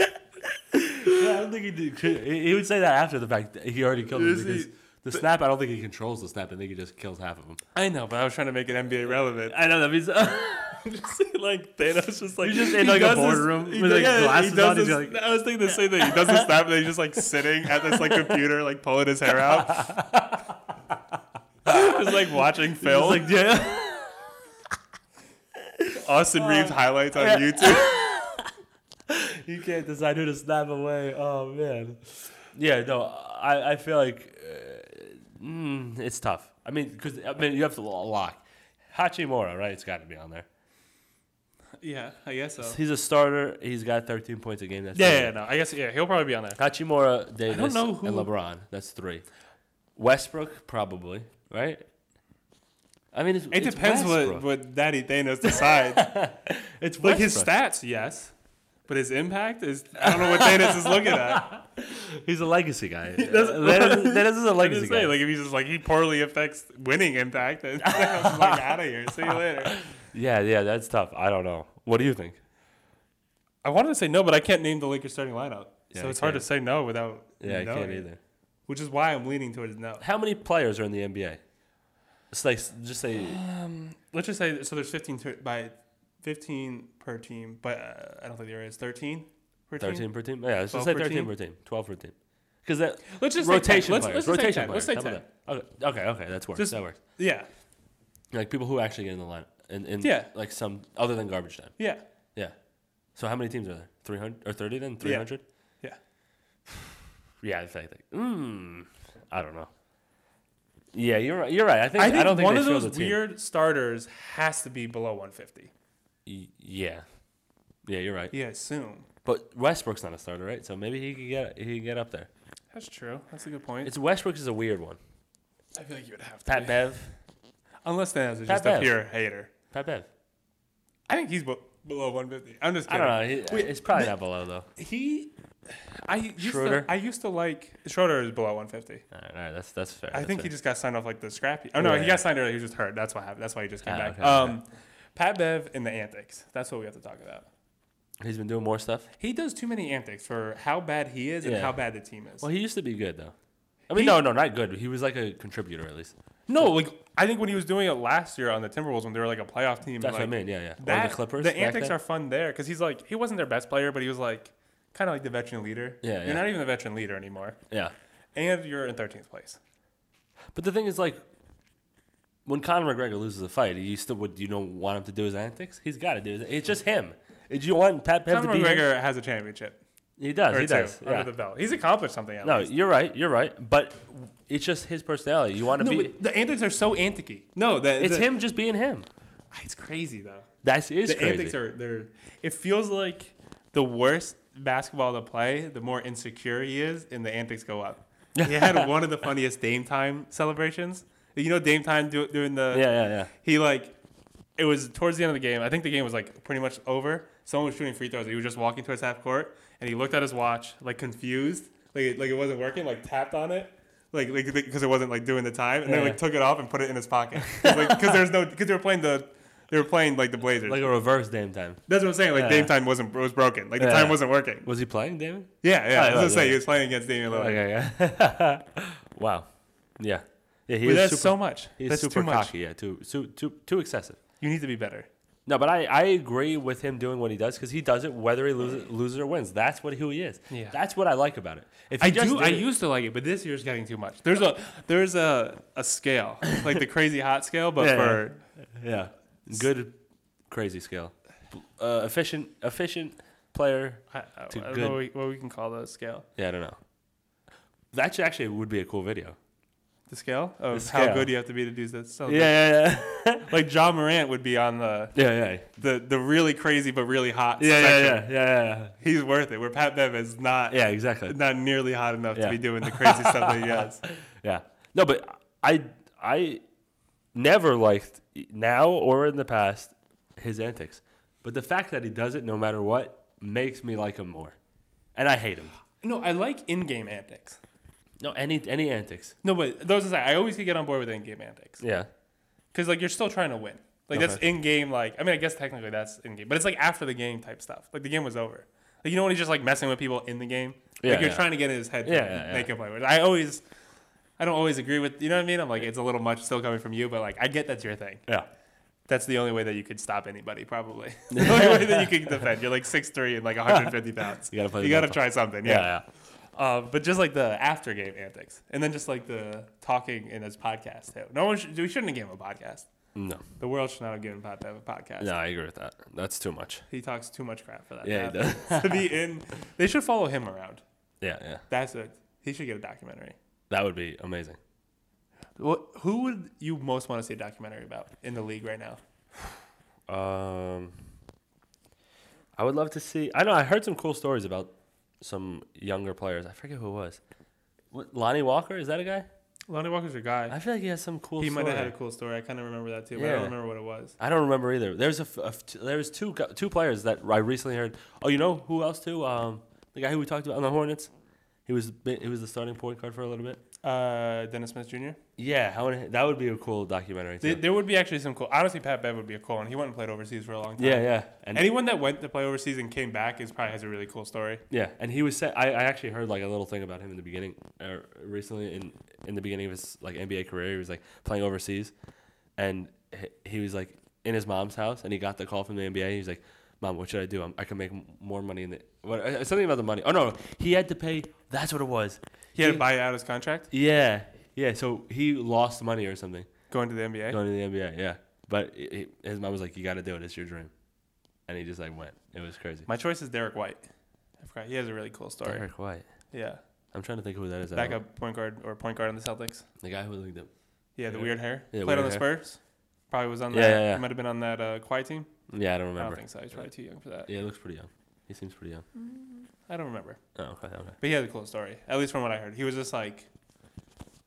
Speaker 1: I don't think he did. He would say that after the fact. that He already killed him
Speaker 2: Is
Speaker 1: because
Speaker 2: he-
Speaker 1: the snap. I don't think he controls the snap. I think he just kills half of them.
Speaker 2: I know, but I was trying to make it NBA relevant.
Speaker 1: I know that means.
Speaker 2: just see, like Thanos, just like
Speaker 1: He's just in,
Speaker 2: he
Speaker 1: like, a
Speaker 2: does this-
Speaker 1: boardroom
Speaker 2: he
Speaker 1: with,
Speaker 2: does-
Speaker 1: like,
Speaker 2: he
Speaker 1: glasses
Speaker 2: does
Speaker 1: on, he's
Speaker 2: this-
Speaker 1: like-
Speaker 2: I was thinking the same thing. He does this snap, and he's just like sitting at this like computer, like pulling his hair out, just like watching film,
Speaker 1: like yeah.
Speaker 2: Austin Reeves highlights on YouTube.
Speaker 1: you can't decide who to snap away. Oh man. Yeah, no, I, I feel like uh, mm, it's tough. I mean, because I mean you have to lo- lock Hachimura, right? It's got to be on there.
Speaker 2: Yeah, I guess so.
Speaker 1: He's a starter. He's got 13 points a game. That's
Speaker 2: Yeah,
Speaker 1: really
Speaker 2: yeah,
Speaker 1: good.
Speaker 2: no, I guess yeah, he'll probably be on there.
Speaker 1: Hachimura, Davis,
Speaker 2: know who-
Speaker 1: and LeBron. That's three. Westbrook probably right. I mean, it's,
Speaker 2: It
Speaker 1: it's
Speaker 2: depends
Speaker 1: Westbrook.
Speaker 2: what what Daddy Thanos decides.
Speaker 1: it's Westbrook.
Speaker 2: like his stats, yes, but his impact is I don't know what Thanos is looking at.
Speaker 1: He's a legacy guy. that, is, that is a
Speaker 2: I'm
Speaker 1: legacy
Speaker 2: just saying,
Speaker 1: guy.
Speaker 2: like if he's just like he poorly affects winning impact, and I'm just like out of here. See you later.
Speaker 1: yeah, yeah, that's tough. I don't know. What do you think?
Speaker 2: I wanted to say no, but I can't name the Lakers starting lineup.
Speaker 1: Yeah,
Speaker 2: so
Speaker 1: I
Speaker 2: it's hard to
Speaker 1: can't.
Speaker 2: say no without.
Speaker 1: Yeah, I
Speaker 2: knowing
Speaker 1: can't
Speaker 2: it,
Speaker 1: either.
Speaker 2: Which is why I'm leaning towards no.
Speaker 1: How many players are in the NBA? It's like just say
Speaker 2: Let's just say so. There's 15 ter- by 15 per team, but uh, I don't think there is 13 per team.
Speaker 1: thirteen per team. Yeah, let's just
Speaker 2: 12
Speaker 1: say
Speaker 2: per
Speaker 1: thirteen
Speaker 2: team?
Speaker 1: per team, twelve per team. Because that
Speaker 2: Let's just say 10.
Speaker 1: rotation
Speaker 2: Let's-
Speaker 1: players,
Speaker 2: let's just
Speaker 1: rotation
Speaker 2: say 10.
Speaker 1: players.
Speaker 2: Let's say
Speaker 1: How about that? Okay, okay, okay, that's works.
Speaker 2: Just-
Speaker 1: that works.
Speaker 2: Yeah,
Speaker 1: Like people who actually get in the lineup, and, and
Speaker 2: Yeah.
Speaker 1: like some other than garbage time.
Speaker 2: yeah,
Speaker 1: Yeah. So how many teams are there? Three hundred or thirty then? Three hundred.
Speaker 2: yeah.
Speaker 1: Yeah, I think. Mm, I don't know. Yeah, you're right. You're right. I think
Speaker 2: I
Speaker 1: I,
Speaker 2: think
Speaker 1: don't think
Speaker 2: one
Speaker 1: they
Speaker 2: of
Speaker 1: show
Speaker 2: those
Speaker 1: the team.
Speaker 2: weird starters has to be below 150.
Speaker 1: Y- Yeah. Yeah, you're right.
Speaker 2: Yeah, assume.
Speaker 1: But Westbrook's not a starter, right? So maybe he could get he could get up there.
Speaker 2: That's true. That's a good point.
Speaker 1: It's Westbrook's is a weird one.
Speaker 2: I feel like you would have to.
Speaker 1: Pat Bev.
Speaker 2: Unless Naz is
Speaker 1: Pat
Speaker 2: just a
Speaker 1: Bev.
Speaker 2: pure hater.
Speaker 1: Pat Bev.
Speaker 2: I think he's be- below 150. I'm just
Speaker 1: I
Speaker 2: kidding.
Speaker 1: don't know. He, it's probably not below though.
Speaker 2: He, I used
Speaker 1: Schroeder?
Speaker 2: to, I used to like Schroeder is below 150.
Speaker 1: All right, all right that's that's fair.
Speaker 2: I
Speaker 1: that's
Speaker 2: think he
Speaker 1: fair.
Speaker 2: just got signed off like the scrappy. Oh no,
Speaker 1: Yeah.
Speaker 2: he got signed early. He was just hurt. That's what happened. That's why he just came
Speaker 1: Ah,
Speaker 2: back.
Speaker 1: okay,
Speaker 2: um, Pat Bev and the antics. That's what we have to talk about.
Speaker 1: he's been doing more stuff.
Speaker 2: He does too many antics for how bad he is and
Speaker 1: Yeah.
Speaker 2: how bad the team is.
Speaker 1: Well, he used to be good though. I mean,
Speaker 2: He-
Speaker 1: no, no, not good. He was like a contributor at least.
Speaker 2: no, like I think when he was doing it last year on the Timberwolves when they were like a playoff team.
Speaker 1: That's
Speaker 2: like,
Speaker 1: what I mean. Yeah, yeah. Or
Speaker 2: That,
Speaker 1: the Clippers. back
Speaker 2: antics
Speaker 1: then.
Speaker 2: are fun there because he's like he wasn't their best player, but he was like kind of like the veteran leader.
Speaker 1: Yeah,
Speaker 2: you're
Speaker 1: yeah.
Speaker 2: not even the veteran leader anymore,
Speaker 1: Yeah.
Speaker 2: and you're in 13th place.
Speaker 1: But the thing is, like, when Conor McGregor loses a fight, you still would you don't want him to do his antics? He's got to do it. It's just him. Did you want Pat Bev
Speaker 2: Conor
Speaker 1: to be? him?
Speaker 2: McGregor has a championship
Speaker 1: He does.
Speaker 2: or
Speaker 1: He
Speaker 2: two
Speaker 1: does.
Speaker 2: under
Speaker 1: Yeah.
Speaker 2: the belt. He's accomplished something. At
Speaker 1: No,
Speaker 2: least.
Speaker 1: you're right. You're right. But it's just his personality. You want to
Speaker 2: No,
Speaker 1: be.
Speaker 2: but the antics are so anticky. No, the,
Speaker 1: It's
Speaker 2: the- Ah,
Speaker 1: him just being him.
Speaker 2: It's crazy though.
Speaker 1: That's is
Speaker 2: the
Speaker 1: crazy.
Speaker 2: antics are they're. It feels like the worse basketball to play, the more insecure he is, and the antics go up. He had one of the funniest Dame time celebrations. You know Dame time do, doing the
Speaker 1: yeah, yeah, yeah.
Speaker 2: he like it was towards the end of the game. I think the game was like pretty much over. Someone was shooting free throws. He was just walking towards half court, and he looked at his watch, like confused, like like it wasn't working. Like tapped on it, like like because it wasn't like doing the time, and then
Speaker 1: Yeah.
Speaker 2: like took it off and put it in his pocket because there's no because they were playing the they were playing like the Blazers.
Speaker 1: Like a reverse damn time.
Speaker 2: That's what I'm saying. Like
Speaker 1: Yeah.
Speaker 2: game time wasn't was broken. Like the
Speaker 1: Yeah.
Speaker 2: time wasn't working.
Speaker 1: Was he playing, Damon?
Speaker 2: Yeah,
Speaker 1: Oh,
Speaker 2: yeah. I was
Speaker 1: yeah,
Speaker 2: gonna say
Speaker 1: yeah.
Speaker 2: he was playing against Damian Lillard.
Speaker 1: Okay, yeah. wow. Yeah. Yeah, he
Speaker 2: But
Speaker 1: is
Speaker 2: that's
Speaker 1: super,
Speaker 2: so much.
Speaker 1: he is
Speaker 2: that's
Speaker 1: super
Speaker 2: too much.
Speaker 1: cocky. Yeah, too, too, too, too excessive.
Speaker 2: You need to be better.
Speaker 1: No, but I, I agree with him doing what he does because he does it whether he loses, loses or wins. That's what who he is.
Speaker 2: Yeah.
Speaker 1: That's what I like about it. If he
Speaker 2: I
Speaker 1: just
Speaker 2: do.
Speaker 1: did
Speaker 2: I
Speaker 1: it-
Speaker 2: used to like it, but this year's getting too much. There's a there's a, a scale like the crazy hot scale, but
Speaker 1: Yeah,
Speaker 2: for
Speaker 1: Yeah. Good, crazy scale. Uh, efficient, efficient player.
Speaker 2: I, I,
Speaker 1: To
Speaker 2: I don't
Speaker 1: good.
Speaker 2: know what we, what we can call the scale.
Speaker 1: Yeah, I don't know. That should- actually would be a cool video.
Speaker 2: The scale of
Speaker 1: The
Speaker 2: how
Speaker 1: scale.
Speaker 2: good you have to be to do this. So
Speaker 1: yeah, yeah,
Speaker 2: like John Morant would be on the
Speaker 1: yeah, yeah,
Speaker 2: the, the really crazy but really hot.
Speaker 1: yeah, yeah,
Speaker 2: section.
Speaker 1: yeah, yeah, yeah,
Speaker 2: He's worth it. Where Pat Bev is not
Speaker 1: yeah, yeah, exactly.
Speaker 2: not nearly hot enough
Speaker 1: Yeah.
Speaker 2: to be doing the crazy stuff that he does.
Speaker 1: Yeah. No, but I I never liked now or in the past his antics. But the fact that he does it no matter what makes me like him more. And I hate him.
Speaker 2: No, I like in game antics.
Speaker 1: No, any any antics.
Speaker 2: No, but those aside, I always could get on board with in game antics.
Speaker 1: Yeah.
Speaker 2: because like you're still trying to win. Like that's
Speaker 1: Okay.
Speaker 2: in game. Like I mean, I guess technically that's in game, but it's like after the game type stuff. Like the game was over. Like you know when he's just like messing with people in the game.
Speaker 1: Yeah,
Speaker 2: like you're
Speaker 1: yeah.
Speaker 2: trying to get in his head. To
Speaker 1: Yeah, yeah, yeah.
Speaker 2: make a play. Which I always, I don't always agree with. You know what I mean? I'm like it's a little much still coming from you, but like I get that's your thing.
Speaker 1: Yeah.
Speaker 2: That's the only way that you could stop anybody, probably. the only way that you can defend. You're like six three and like 150 pounds.
Speaker 1: You gotta play
Speaker 2: You
Speaker 1: the
Speaker 2: gotta
Speaker 1: mental.
Speaker 2: try something.
Speaker 1: Yeah,
Speaker 2: Yeah.
Speaker 1: yeah.
Speaker 2: Uh, but just like the after game antics, and then just like the talking in his podcast too. No one should. We shouldn't have given him a podcast.
Speaker 1: No.
Speaker 2: The world should not have given Pat to have a podcast.
Speaker 1: No, I agree with that. That's too much.
Speaker 2: He talks too much crap for that.
Speaker 1: Yeah,
Speaker 2: to
Speaker 1: he
Speaker 2: happen. to be in, they should follow him around.
Speaker 1: Yeah, yeah.
Speaker 2: That's it. He should get a documentary.
Speaker 1: That would be amazing.
Speaker 2: What? Who would you most want to see a documentary about in the league right now?
Speaker 1: Um I would love to see I know I heard some cool stories about some younger players. I forget who it was. What, Lonnie Walker, is that a guy?
Speaker 2: Lonnie Walker's your guy.
Speaker 1: I feel like he has some cool
Speaker 2: he might have
Speaker 1: story.
Speaker 2: had a cool story. I kind of remember that too, but I
Speaker 1: Yeah.
Speaker 2: don't remember what it was.
Speaker 1: I don't remember either. There's a, f- a f- t- there's two gu- two players that I recently heard. Oh, you know who else too? Um, the guy who we talked about on the Hornets. He was bi- he was the starting point guard for a little bit.
Speaker 2: Uh, Dennis Smith Jr.
Speaker 1: Yeah, I wanna, that would be a cool documentary.
Speaker 2: There,
Speaker 1: Too.
Speaker 2: there would be actually some cool. Honestly, Pat Bev would be a cool one. He went and played overseas for a long time.
Speaker 1: yeah, yeah, and
Speaker 2: Anyone that went to play overseas and came back is probably has a really cool story.
Speaker 1: yeah, and he was. Sa- I, I actually heard like a little thing about him in the beginning, uh, recently in in the beginning of his like NBA career. He was like playing overseas, and he, he was like in his mom's house, and he got the call from the NBA. He was like, "Mom, what should I do? I'm, I can make m- more money in the what uh, something about the money." Oh no, he had to pay. That's what it was.
Speaker 2: He had to buy out his contract,
Speaker 1: Yeah, yeah. So he lost money or something.
Speaker 2: going to the NBA.
Speaker 1: Going to the NBA, yeah. But he, he- his mom was like, "You got to do it. It's your dream," and he just like went. It was crazy.
Speaker 2: My choice is Derek White. I forgot he has a really cool story.
Speaker 1: Derek White.
Speaker 2: Yeah,
Speaker 1: I'm trying to think of who that is. I don't know.
Speaker 2: backup point guard or point guard on the Celtics.
Speaker 1: The guy who linked him.
Speaker 2: Yeah, the
Speaker 1: Yeah.
Speaker 2: weird hair.
Speaker 1: Yeah,
Speaker 2: Played on the
Speaker 1: weird
Speaker 2: Spurs. Probably was on
Speaker 1: Yeah,
Speaker 2: that.
Speaker 1: yeah, yeah.
Speaker 2: He might have been on that uh, Kawhi team.
Speaker 1: Yeah, I don't
Speaker 2: I don't
Speaker 1: remember.
Speaker 2: think so. He's probably too young for that.
Speaker 1: yeah, he looks pretty young. He seems pretty young.
Speaker 2: I don't remember.
Speaker 1: Oh, okay, okay.
Speaker 2: But he had a cool story, at least from what I heard. He was just like,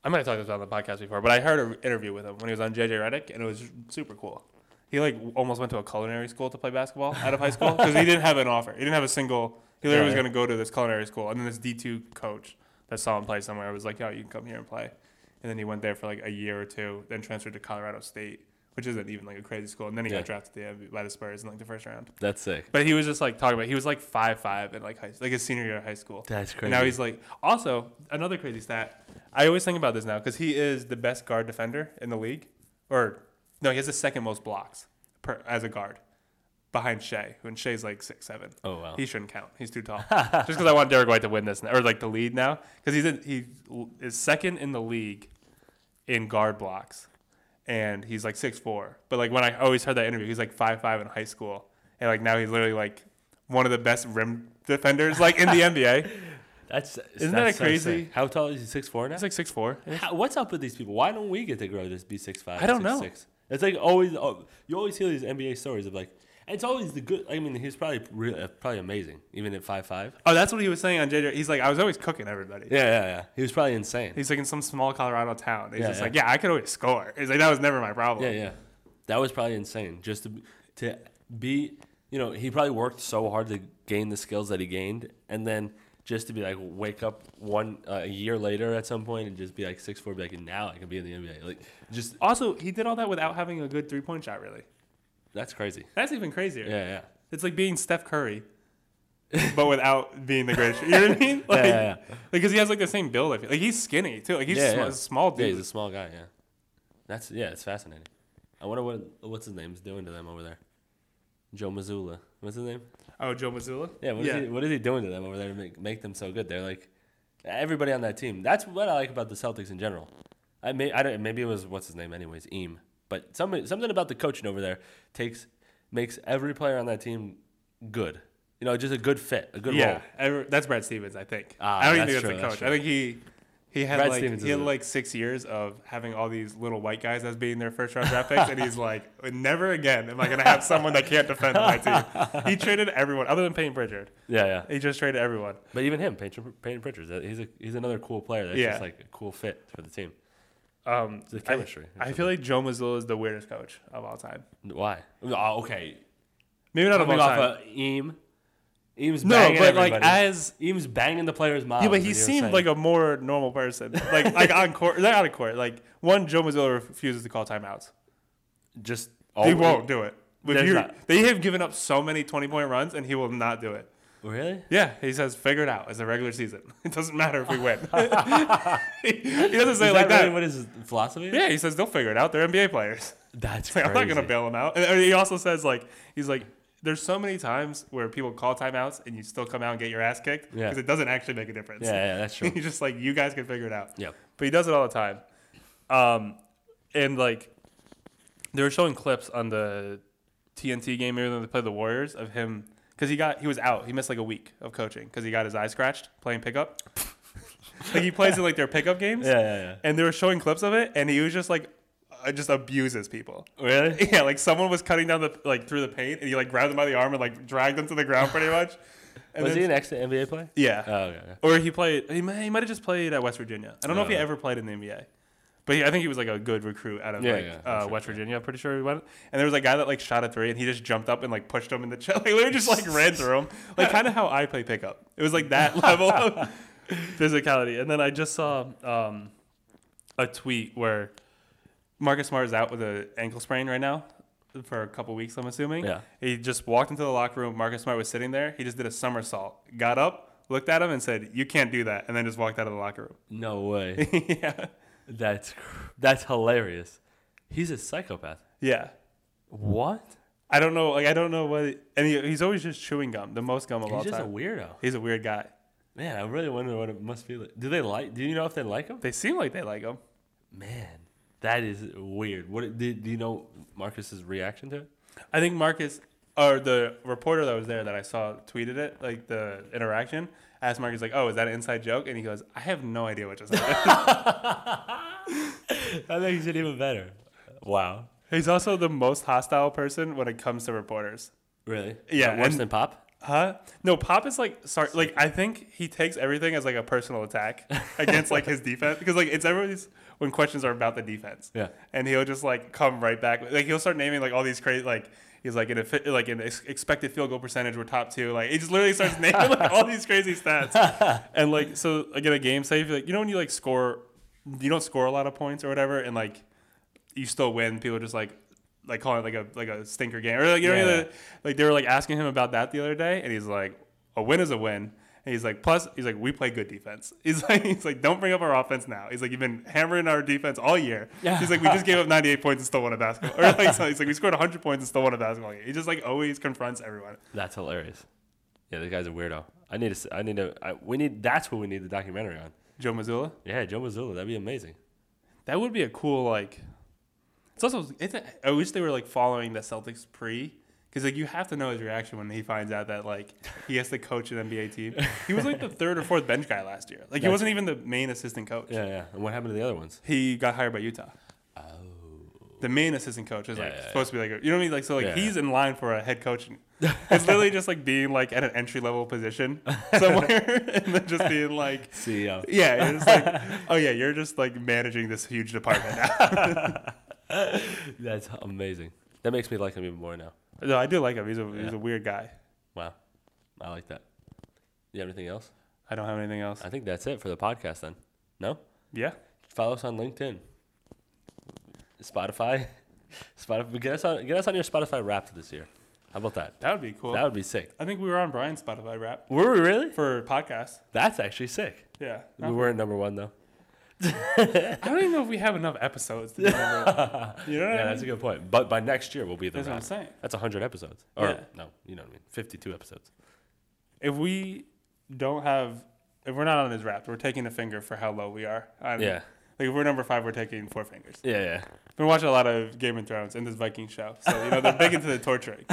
Speaker 2: I might have talked about this on the podcast before, but I heard an interview with him when he was on JJ Redick, and it was super cool. He like almost went to a culinary school to play basketball out of high school because he didn't have an offer. He didn't have a single. He literally was
Speaker 1: Yeah.
Speaker 2: going to go to this culinary school, and then this D two coach that saw him play somewhere was like, "Yo, you can come here and play." And then he went there for like a year or two, then transferred to Colorado State, which isn't even like a crazy school. And then he
Speaker 1: Yeah.
Speaker 2: got drafted to the NBA by the Spurs in like the first round.
Speaker 1: That's sick.
Speaker 2: But he was just like talking about he was like five five in like high like his senior year of high school.
Speaker 1: That's crazy.
Speaker 2: And now he's like, also another crazy stat. I always think about this now because he is the best guard defender in the league, or no, he has the second most blocks per, as a guard, behind Shea. When Shea's like six seven,
Speaker 1: oh wow.
Speaker 2: he shouldn't count. He's too tall. Just because I want Derek White to win this now, or like to lead now, because he's in, he l- is second in the league in guard blocks, and he's like six four. But like when I always heard that interview, he's like five five in high school, and like now he's literally like one of the best rim defenders like in the NBA.
Speaker 1: that's that's
Speaker 2: Isn't that a
Speaker 1: so
Speaker 2: crazy-
Speaker 1: sick. How tall is he? Six four now.
Speaker 2: He's like six four.
Speaker 1: How, what's up with these people? Why don't we get to grow this? Be six five.
Speaker 2: I don't know.
Speaker 1: It's like always. Oh, you always hear these NBA stories of like. and It's always the good. I mean, he's probably really, uh, probably amazing, even at five five.
Speaker 2: Oh, that's what he was saying on JJ. He's like, I was always cooking everybody.
Speaker 1: Yeah, yeah, yeah. He was probably insane.
Speaker 2: He's like in some small Colorado town. He's
Speaker 1: Yeah,
Speaker 2: just
Speaker 1: yeah.
Speaker 2: like, yeah, I could always score. He's like, that was never my problem.
Speaker 1: Yeah, yeah. That was probably insane. Just to, to be, you know, he probably worked so hard to gain the skills that he gained, and then just to be like wake up one uh, a year later at some point and just be like six four, be like now I can be in the NBA. Like just
Speaker 2: Also, he did all that without having a good three point shot. Really,
Speaker 1: that's crazy.
Speaker 2: that's even crazier.
Speaker 1: Yeah, yeah.
Speaker 2: It's like being Steph Curry, but without being the greatest. You know what I mean? Like,
Speaker 1: yeah, yeah.
Speaker 2: Because he has like the same build. I feel. Like he's skinny too. Like he's
Speaker 1: Yeah,
Speaker 2: sm-
Speaker 1: yeah.
Speaker 2: a small
Speaker 1: Yeah,
Speaker 2: Oh, dude.
Speaker 1: he's a small guy. Yeah, that's yeah. It's fascinating. I wonder what what's his name's doing to them over there. Joe Missoula. What's his name?
Speaker 2: oh, Joe Mazzulla.
Speaker 1: Yeah, what is he what is he doing to them over there to make make them so good? They're like everybody on that team. That's what I like about the Celtics in general. I may I don't maybe it was what's his name anyways, Eam. But somebody something about the coaching over there takes makes every player on that team good. You know, just a good fit, a good
Speaker 2: Yeah,
Speaker 1: role.
Speaker 2: every- that's Brad Stevens, I think.
Speaker 1: Ah,
Speaker 2: I don't even
Speaker 1: that's true,
Speaker 2: think that's the
Speaker 1: that's
Speaker 2: coach.
Speaker 1: true.
Speaker 2: I think he he had
Speaker 1: Brad
Speaker 2: like
Speaker 1: Stevens
Speaker 2: he had
Speaker 1: is a-
Speaker 2: like six years of having all these little white guys as being their first round draft picks, and he's like, never again am I gonna have someone that can't defend on my team. He traded everyone other than Peyton Pritchard.
Speaker 1: Yeah, yeah.
Speaker 2: He just traded everyone.
Speaker 1: But even him, Peyton, Peyton Pritchard, that- he's a, he's another cool player. That's
Speaker 2: Yeah.
Speaker 1: just like a cool fit for the team.
Speaker 2: Um,
Speaker 1: It's the
Speaker 2: I-
Speaker 1: chemistry.
Speaker 2: I, feel like Joe Mazzulla is the weirdest coach of all time.
Speaker 1: Why? Oh, okay.
Speaker 2: Maybe not of all
Speaker 1: Coming off
Speaker 2: time.
Speaker 1: of Eam. Eam's
Speaker 2: no,
Speaker 1: banging
Speaker 2: but like
Speaker 1: everybody.
Speaker 2: as
Speaker 1: Eam's banging the player's mouth.
Speaker 2: Yeah, but he seemed like a more normal person. Like like on court, not on court. Like one, Joe Mazzulla refuses to call timeouts.
Speaker 1: just
Speaker 2: He
Speaker 1: always-
Speaker 2: won't do it. If
Speaker 1: There's
Speaker 2: you-
Speaker 1: not-
Speaker 2: they have given up so many twenty point runs, and he will not do it.
Speaker 1: Really?
Speaker 2: Yeah, he says, "Figure it out. It's the regular season. It doesn't matter if we win." he doesn't say it
Speaker 1: Is
Speaker 2: like
Speaker 1: that
Speaker 2: that.
Speaker 1: really what his philosophy? is?
Speaker 2: yeah, he says they'll figure it out. They're NBA players.
Speaker 1: That's
Speaker 2: Like,
Speaker 1: crazy.
Speaker 2: I'm not gonna bail him out. And he also says like he's like. There's so many times where people call timeouts and you still come out and get your ass kicked
Speaker 1: Yeah.
Speaker 2: because it doesn't actually make a difference.
Speaker 1: Yeah, yeah, that's true.
Speaker 2: He's just like, you guys can figure it out.
Speaker 1: yeah.
Speaker 2: but he does it all the time. Um, and like they were showing clips on the TNT game earlier when they played the Warriors of him because he got he was out. He missed like a week of coaching because he got his eye scratched playing pickup. like he plays in like their pickup games,
Speaker 1: Yeah, yeah,
Speaker 2: and they were showing clips of it, and he was just like. Uh, just abuses people.
Speaker 1: yeah. Really?
Speaker 2: Yeah, like someone was cutting down the like through the paint, and he like grabbed them by the arm and like dragged them to the ground pretty much. And
Speaker 1: Was
Speaker 2: then-
Speaker 1: he an ex NBA player?
Speaker 2: Yeah.
Speaker 1: Oh, okay. okay.
Speaker 2: Or he played. He might, he might have just played at West Virginia. I don't know if he
Speaker 1: Yeah.
Speaker 2: ever played in the NBA, but he, I think he was like a good recruit out of
Speaker 1: Yeah,
Speaker 2: like
Speaker 1: yeah,
Speaker 2: uh,
Speaker 1: I'm sure,
Speaker 2: West Virginia. I'm pretty sure he went. And there was a guy that like shot a three, and he just jumped up and like pushed him in the chest. Like literally just like ran through him, like kind of how I play pickup. It was like that level of physicality. And then I just saw um, a tweet where Marcus Smart is out with an ankle sprain right now for a couple weeks, I'm assuming.
Speaker 1: Yeah.
Speaker 2: He just walked into the locker room. Marcus Smart was sitting there. He just did a somersault, got up, looked at him, and said, You can't do that. And then just walked out of the locker
Speaker 1: No way.
Speaker 2: room. yeah.
Speaker 1: that's cr- that's hilarious. He's a psychopath.
Speaker 2: Yeah.
Speaker 1: What?
Speaker 2: I don't know. Like, I don't know what. And he, he's always just chewing gum, the most gum of all
Speaker 1: He's just a
Speaker 2: time.
Speaker 1: weirdo.
Speaker 2: he's a weird guy.
Speaker 1: Man, I really wonder what it must be like. Do they like? Do you know if they like him?
Speaker 2: They seem like they like him.
Speaker 1: Man, that is weird. What did do you know Marcus's reaction to it?
Speaker 2: I think Marcus or the reporter that was there that I saw tweeted it, like the interaction, asked Marcus like, "Oh, is that an inside joke?" And he goes, "I have no idea what just happened."
Speaker 1: That makes it even better. Wow.
Speaker 2: He's also the most hostile person when it comes to reporters.
Speaker 1: Really?
Speaker 2: Yeah,
Speaker 1: Like, Worse
Speaker 2: and-
Speaker 1: than Pop?
Speaker 2: Huh? No, Pop is like sorry. Like I think he takes everything as like a personal attack against like his defense because like it's everybody's when questions are about the defense.
Speaker 1: Yeah.
Speaker 2: and he'll just like come right back. Like he'll start naming like all these crazy like he's like in a fi- like an ex- expected field goal percentage we're top two. Like he just literally starts naming like all these crazy stats. And like so again a game save like you know when you like score you don't score a lot of points or whatever and like you still win people are just like like calling it like a like a stinker game or like you know
Speaker 1: Yeah.
Speaker 2: the- like they were like asking him about that the other day and he's like a win is a win. And he's like, plus, he's like, we play good defense. He's like, he's like, don't bring up our offense now. He's like, you've been hammering our defense all year.
Speaker 1: Yeah.
Speaker 2: He's like, we just gave up 98 points and still won a basketball. Or like, so he's like, we scored 100 points and still won a basketball game. He just like always confronts everyone.
Speaker 1: That's hilarious. Yeah, this guy's a weirdo. I need to. s- I need to. I, we need. That's what we need the documentary on.
Speaker 2: Joe Missoula.
Speaker 1: Yeah, Joe Mazzulla. That'd be amazing.
Speaker 2: That would be a cool like. It's also. It's a, I wish they were like following the Celtics pre, because like you have to know his reaction when he finds out that like he has to coach an NBA team. He was like the third or fourth bench guy last year. Like he
Speaker 1: That's-
Speaker 2: wasn't even the main assistant coach.
Speaker 1: Yeah, yeah. And what happened to the other ones?
Speaker 2: He got hired by Utah.
Speaker 1: Oh.
Speaker 2: The main assistant coach is
Speaker 1: Yeah,
Speaker 2: like
Speaker 1: yeah,
Speaker 2: supposed to be like a- you know what I mean. Like so like
Speaker 1: Yeah.
Speaker 2: he's in line for a head coach. It's literally just like being like at an entry level position somewhere, and then just being like.
Speaker 1: CEO.
Speaker 2: Yeah, it's like, oh yeah, you're just like managing this huge department now.
Speaker 1: That's amazing. That makes me like him even more now.
Speaker 2: No, I do like him. He's a he's
Speaker 1: Yeah.
Speaker 2: a weird guy.
Speaker 1: Wow. I like that. You have anything else?
Speaker 2: I don't have anything else.
Speaker 1: I think that's it for the podcast then. No?
Speaker 2: Yeah.
Speaker 1: Follow us on LinkedIn, Spotify, Spotify. Get us on get us on your Spotify Wrapped this year. How about that?
Speaker 2: That would be cool.
Speaker 1: That would be sick.
Speaker 2: I think we were on Brian's Spotify rap
Speaker 1: Were we really?
Speaker 2: for podcast.
Speaker 1: That's actually sick.
Speaker 2: Yeah.
Speaker 1: We weren't number one though.
Speaker 2: I don't even know if we have enough episodes. To be number one. you know what
Speaker 1: Yeah,
Speaker 2: I
Speaker 1: that's
Speaker 2: mean?
Speaker 1: a good point. But by next year we'll be the
Speaker 2: That's what I'm
Speaker 1: Wrapped.
Speaker 2: saying.
Speaker 1: That's hundred episodes. Or
Speaker 2: Yeah.
Speaker 1: no, you know what I mean. Fifty two episodes.
Speaker 2: If we don't have, if we're not on his rap, we're taking a finger for how low we are. On,
Speaker 1: Yeah.
Speaker 2: Like if we're number five, we're taking four fingers.
Speaker 1: Yeah, yeah.
Speaker 2: I've been watching a lot of Game of Thrones and this Viking show, so you know they're big into the torturing.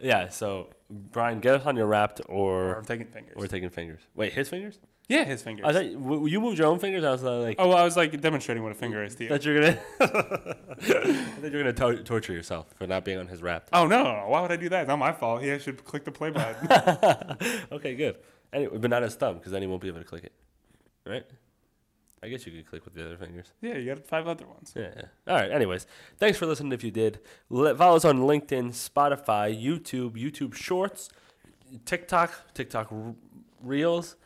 Speaker 1: Yeah, so Brian, get us on your wrapped
Speaker 2: Or
Speaker 1: or
Speaker 2: I'm taking fingers.
Speaker 1: we're taking fingers. Wait, his fingers?
Speaker 2: yeah, his fingers.
Speaker 1: I thought w- you moved your own fingers. I was like,
Speaker 2: oh well, I was like demonstrating what a finger is to you.
Speaker 1: that you're gonna, that you're gonna to- torture yourself for not being on his wrapped.
Speaker 2: Oh no, no, no, why would I do that? It's not my fault. He should click the play button.
Speaker 1: okay, good. Anyway, but not his thumb, because then he won't be able to click it. Right? I guess you could click with the other fingers.
Speaker 2: yeah, you got five other ones.
Speaker 1: Yeah. yeah. All right. Anyways, thanks for listening. If you did, Let, follow us on LinkedIn, Spotify, YouTube, YouTube Shorts, TikTok, TikTok R- Reels.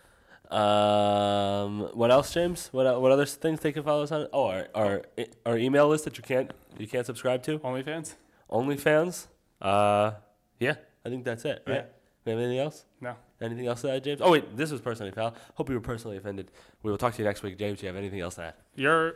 Speaker 1: Um, what else, James? What el- what other things they can follow us on? Oh, our our, our email list that you can't you can't subscribe to.
Speaker 2: OnlyFans?
Speaker 1: OnlyFans. Uh, yeah, I think that's it. Right?
Speaker 2: Yeah.
Speaker 1: We have anything else?
Speaker 2: No.
Speaker 1: Anything else to add, James? Oh wait, this was personally foul. Hope you were personally offended. We will talk to you next week, James. Do you have anything else to add?
Speaker 2: You're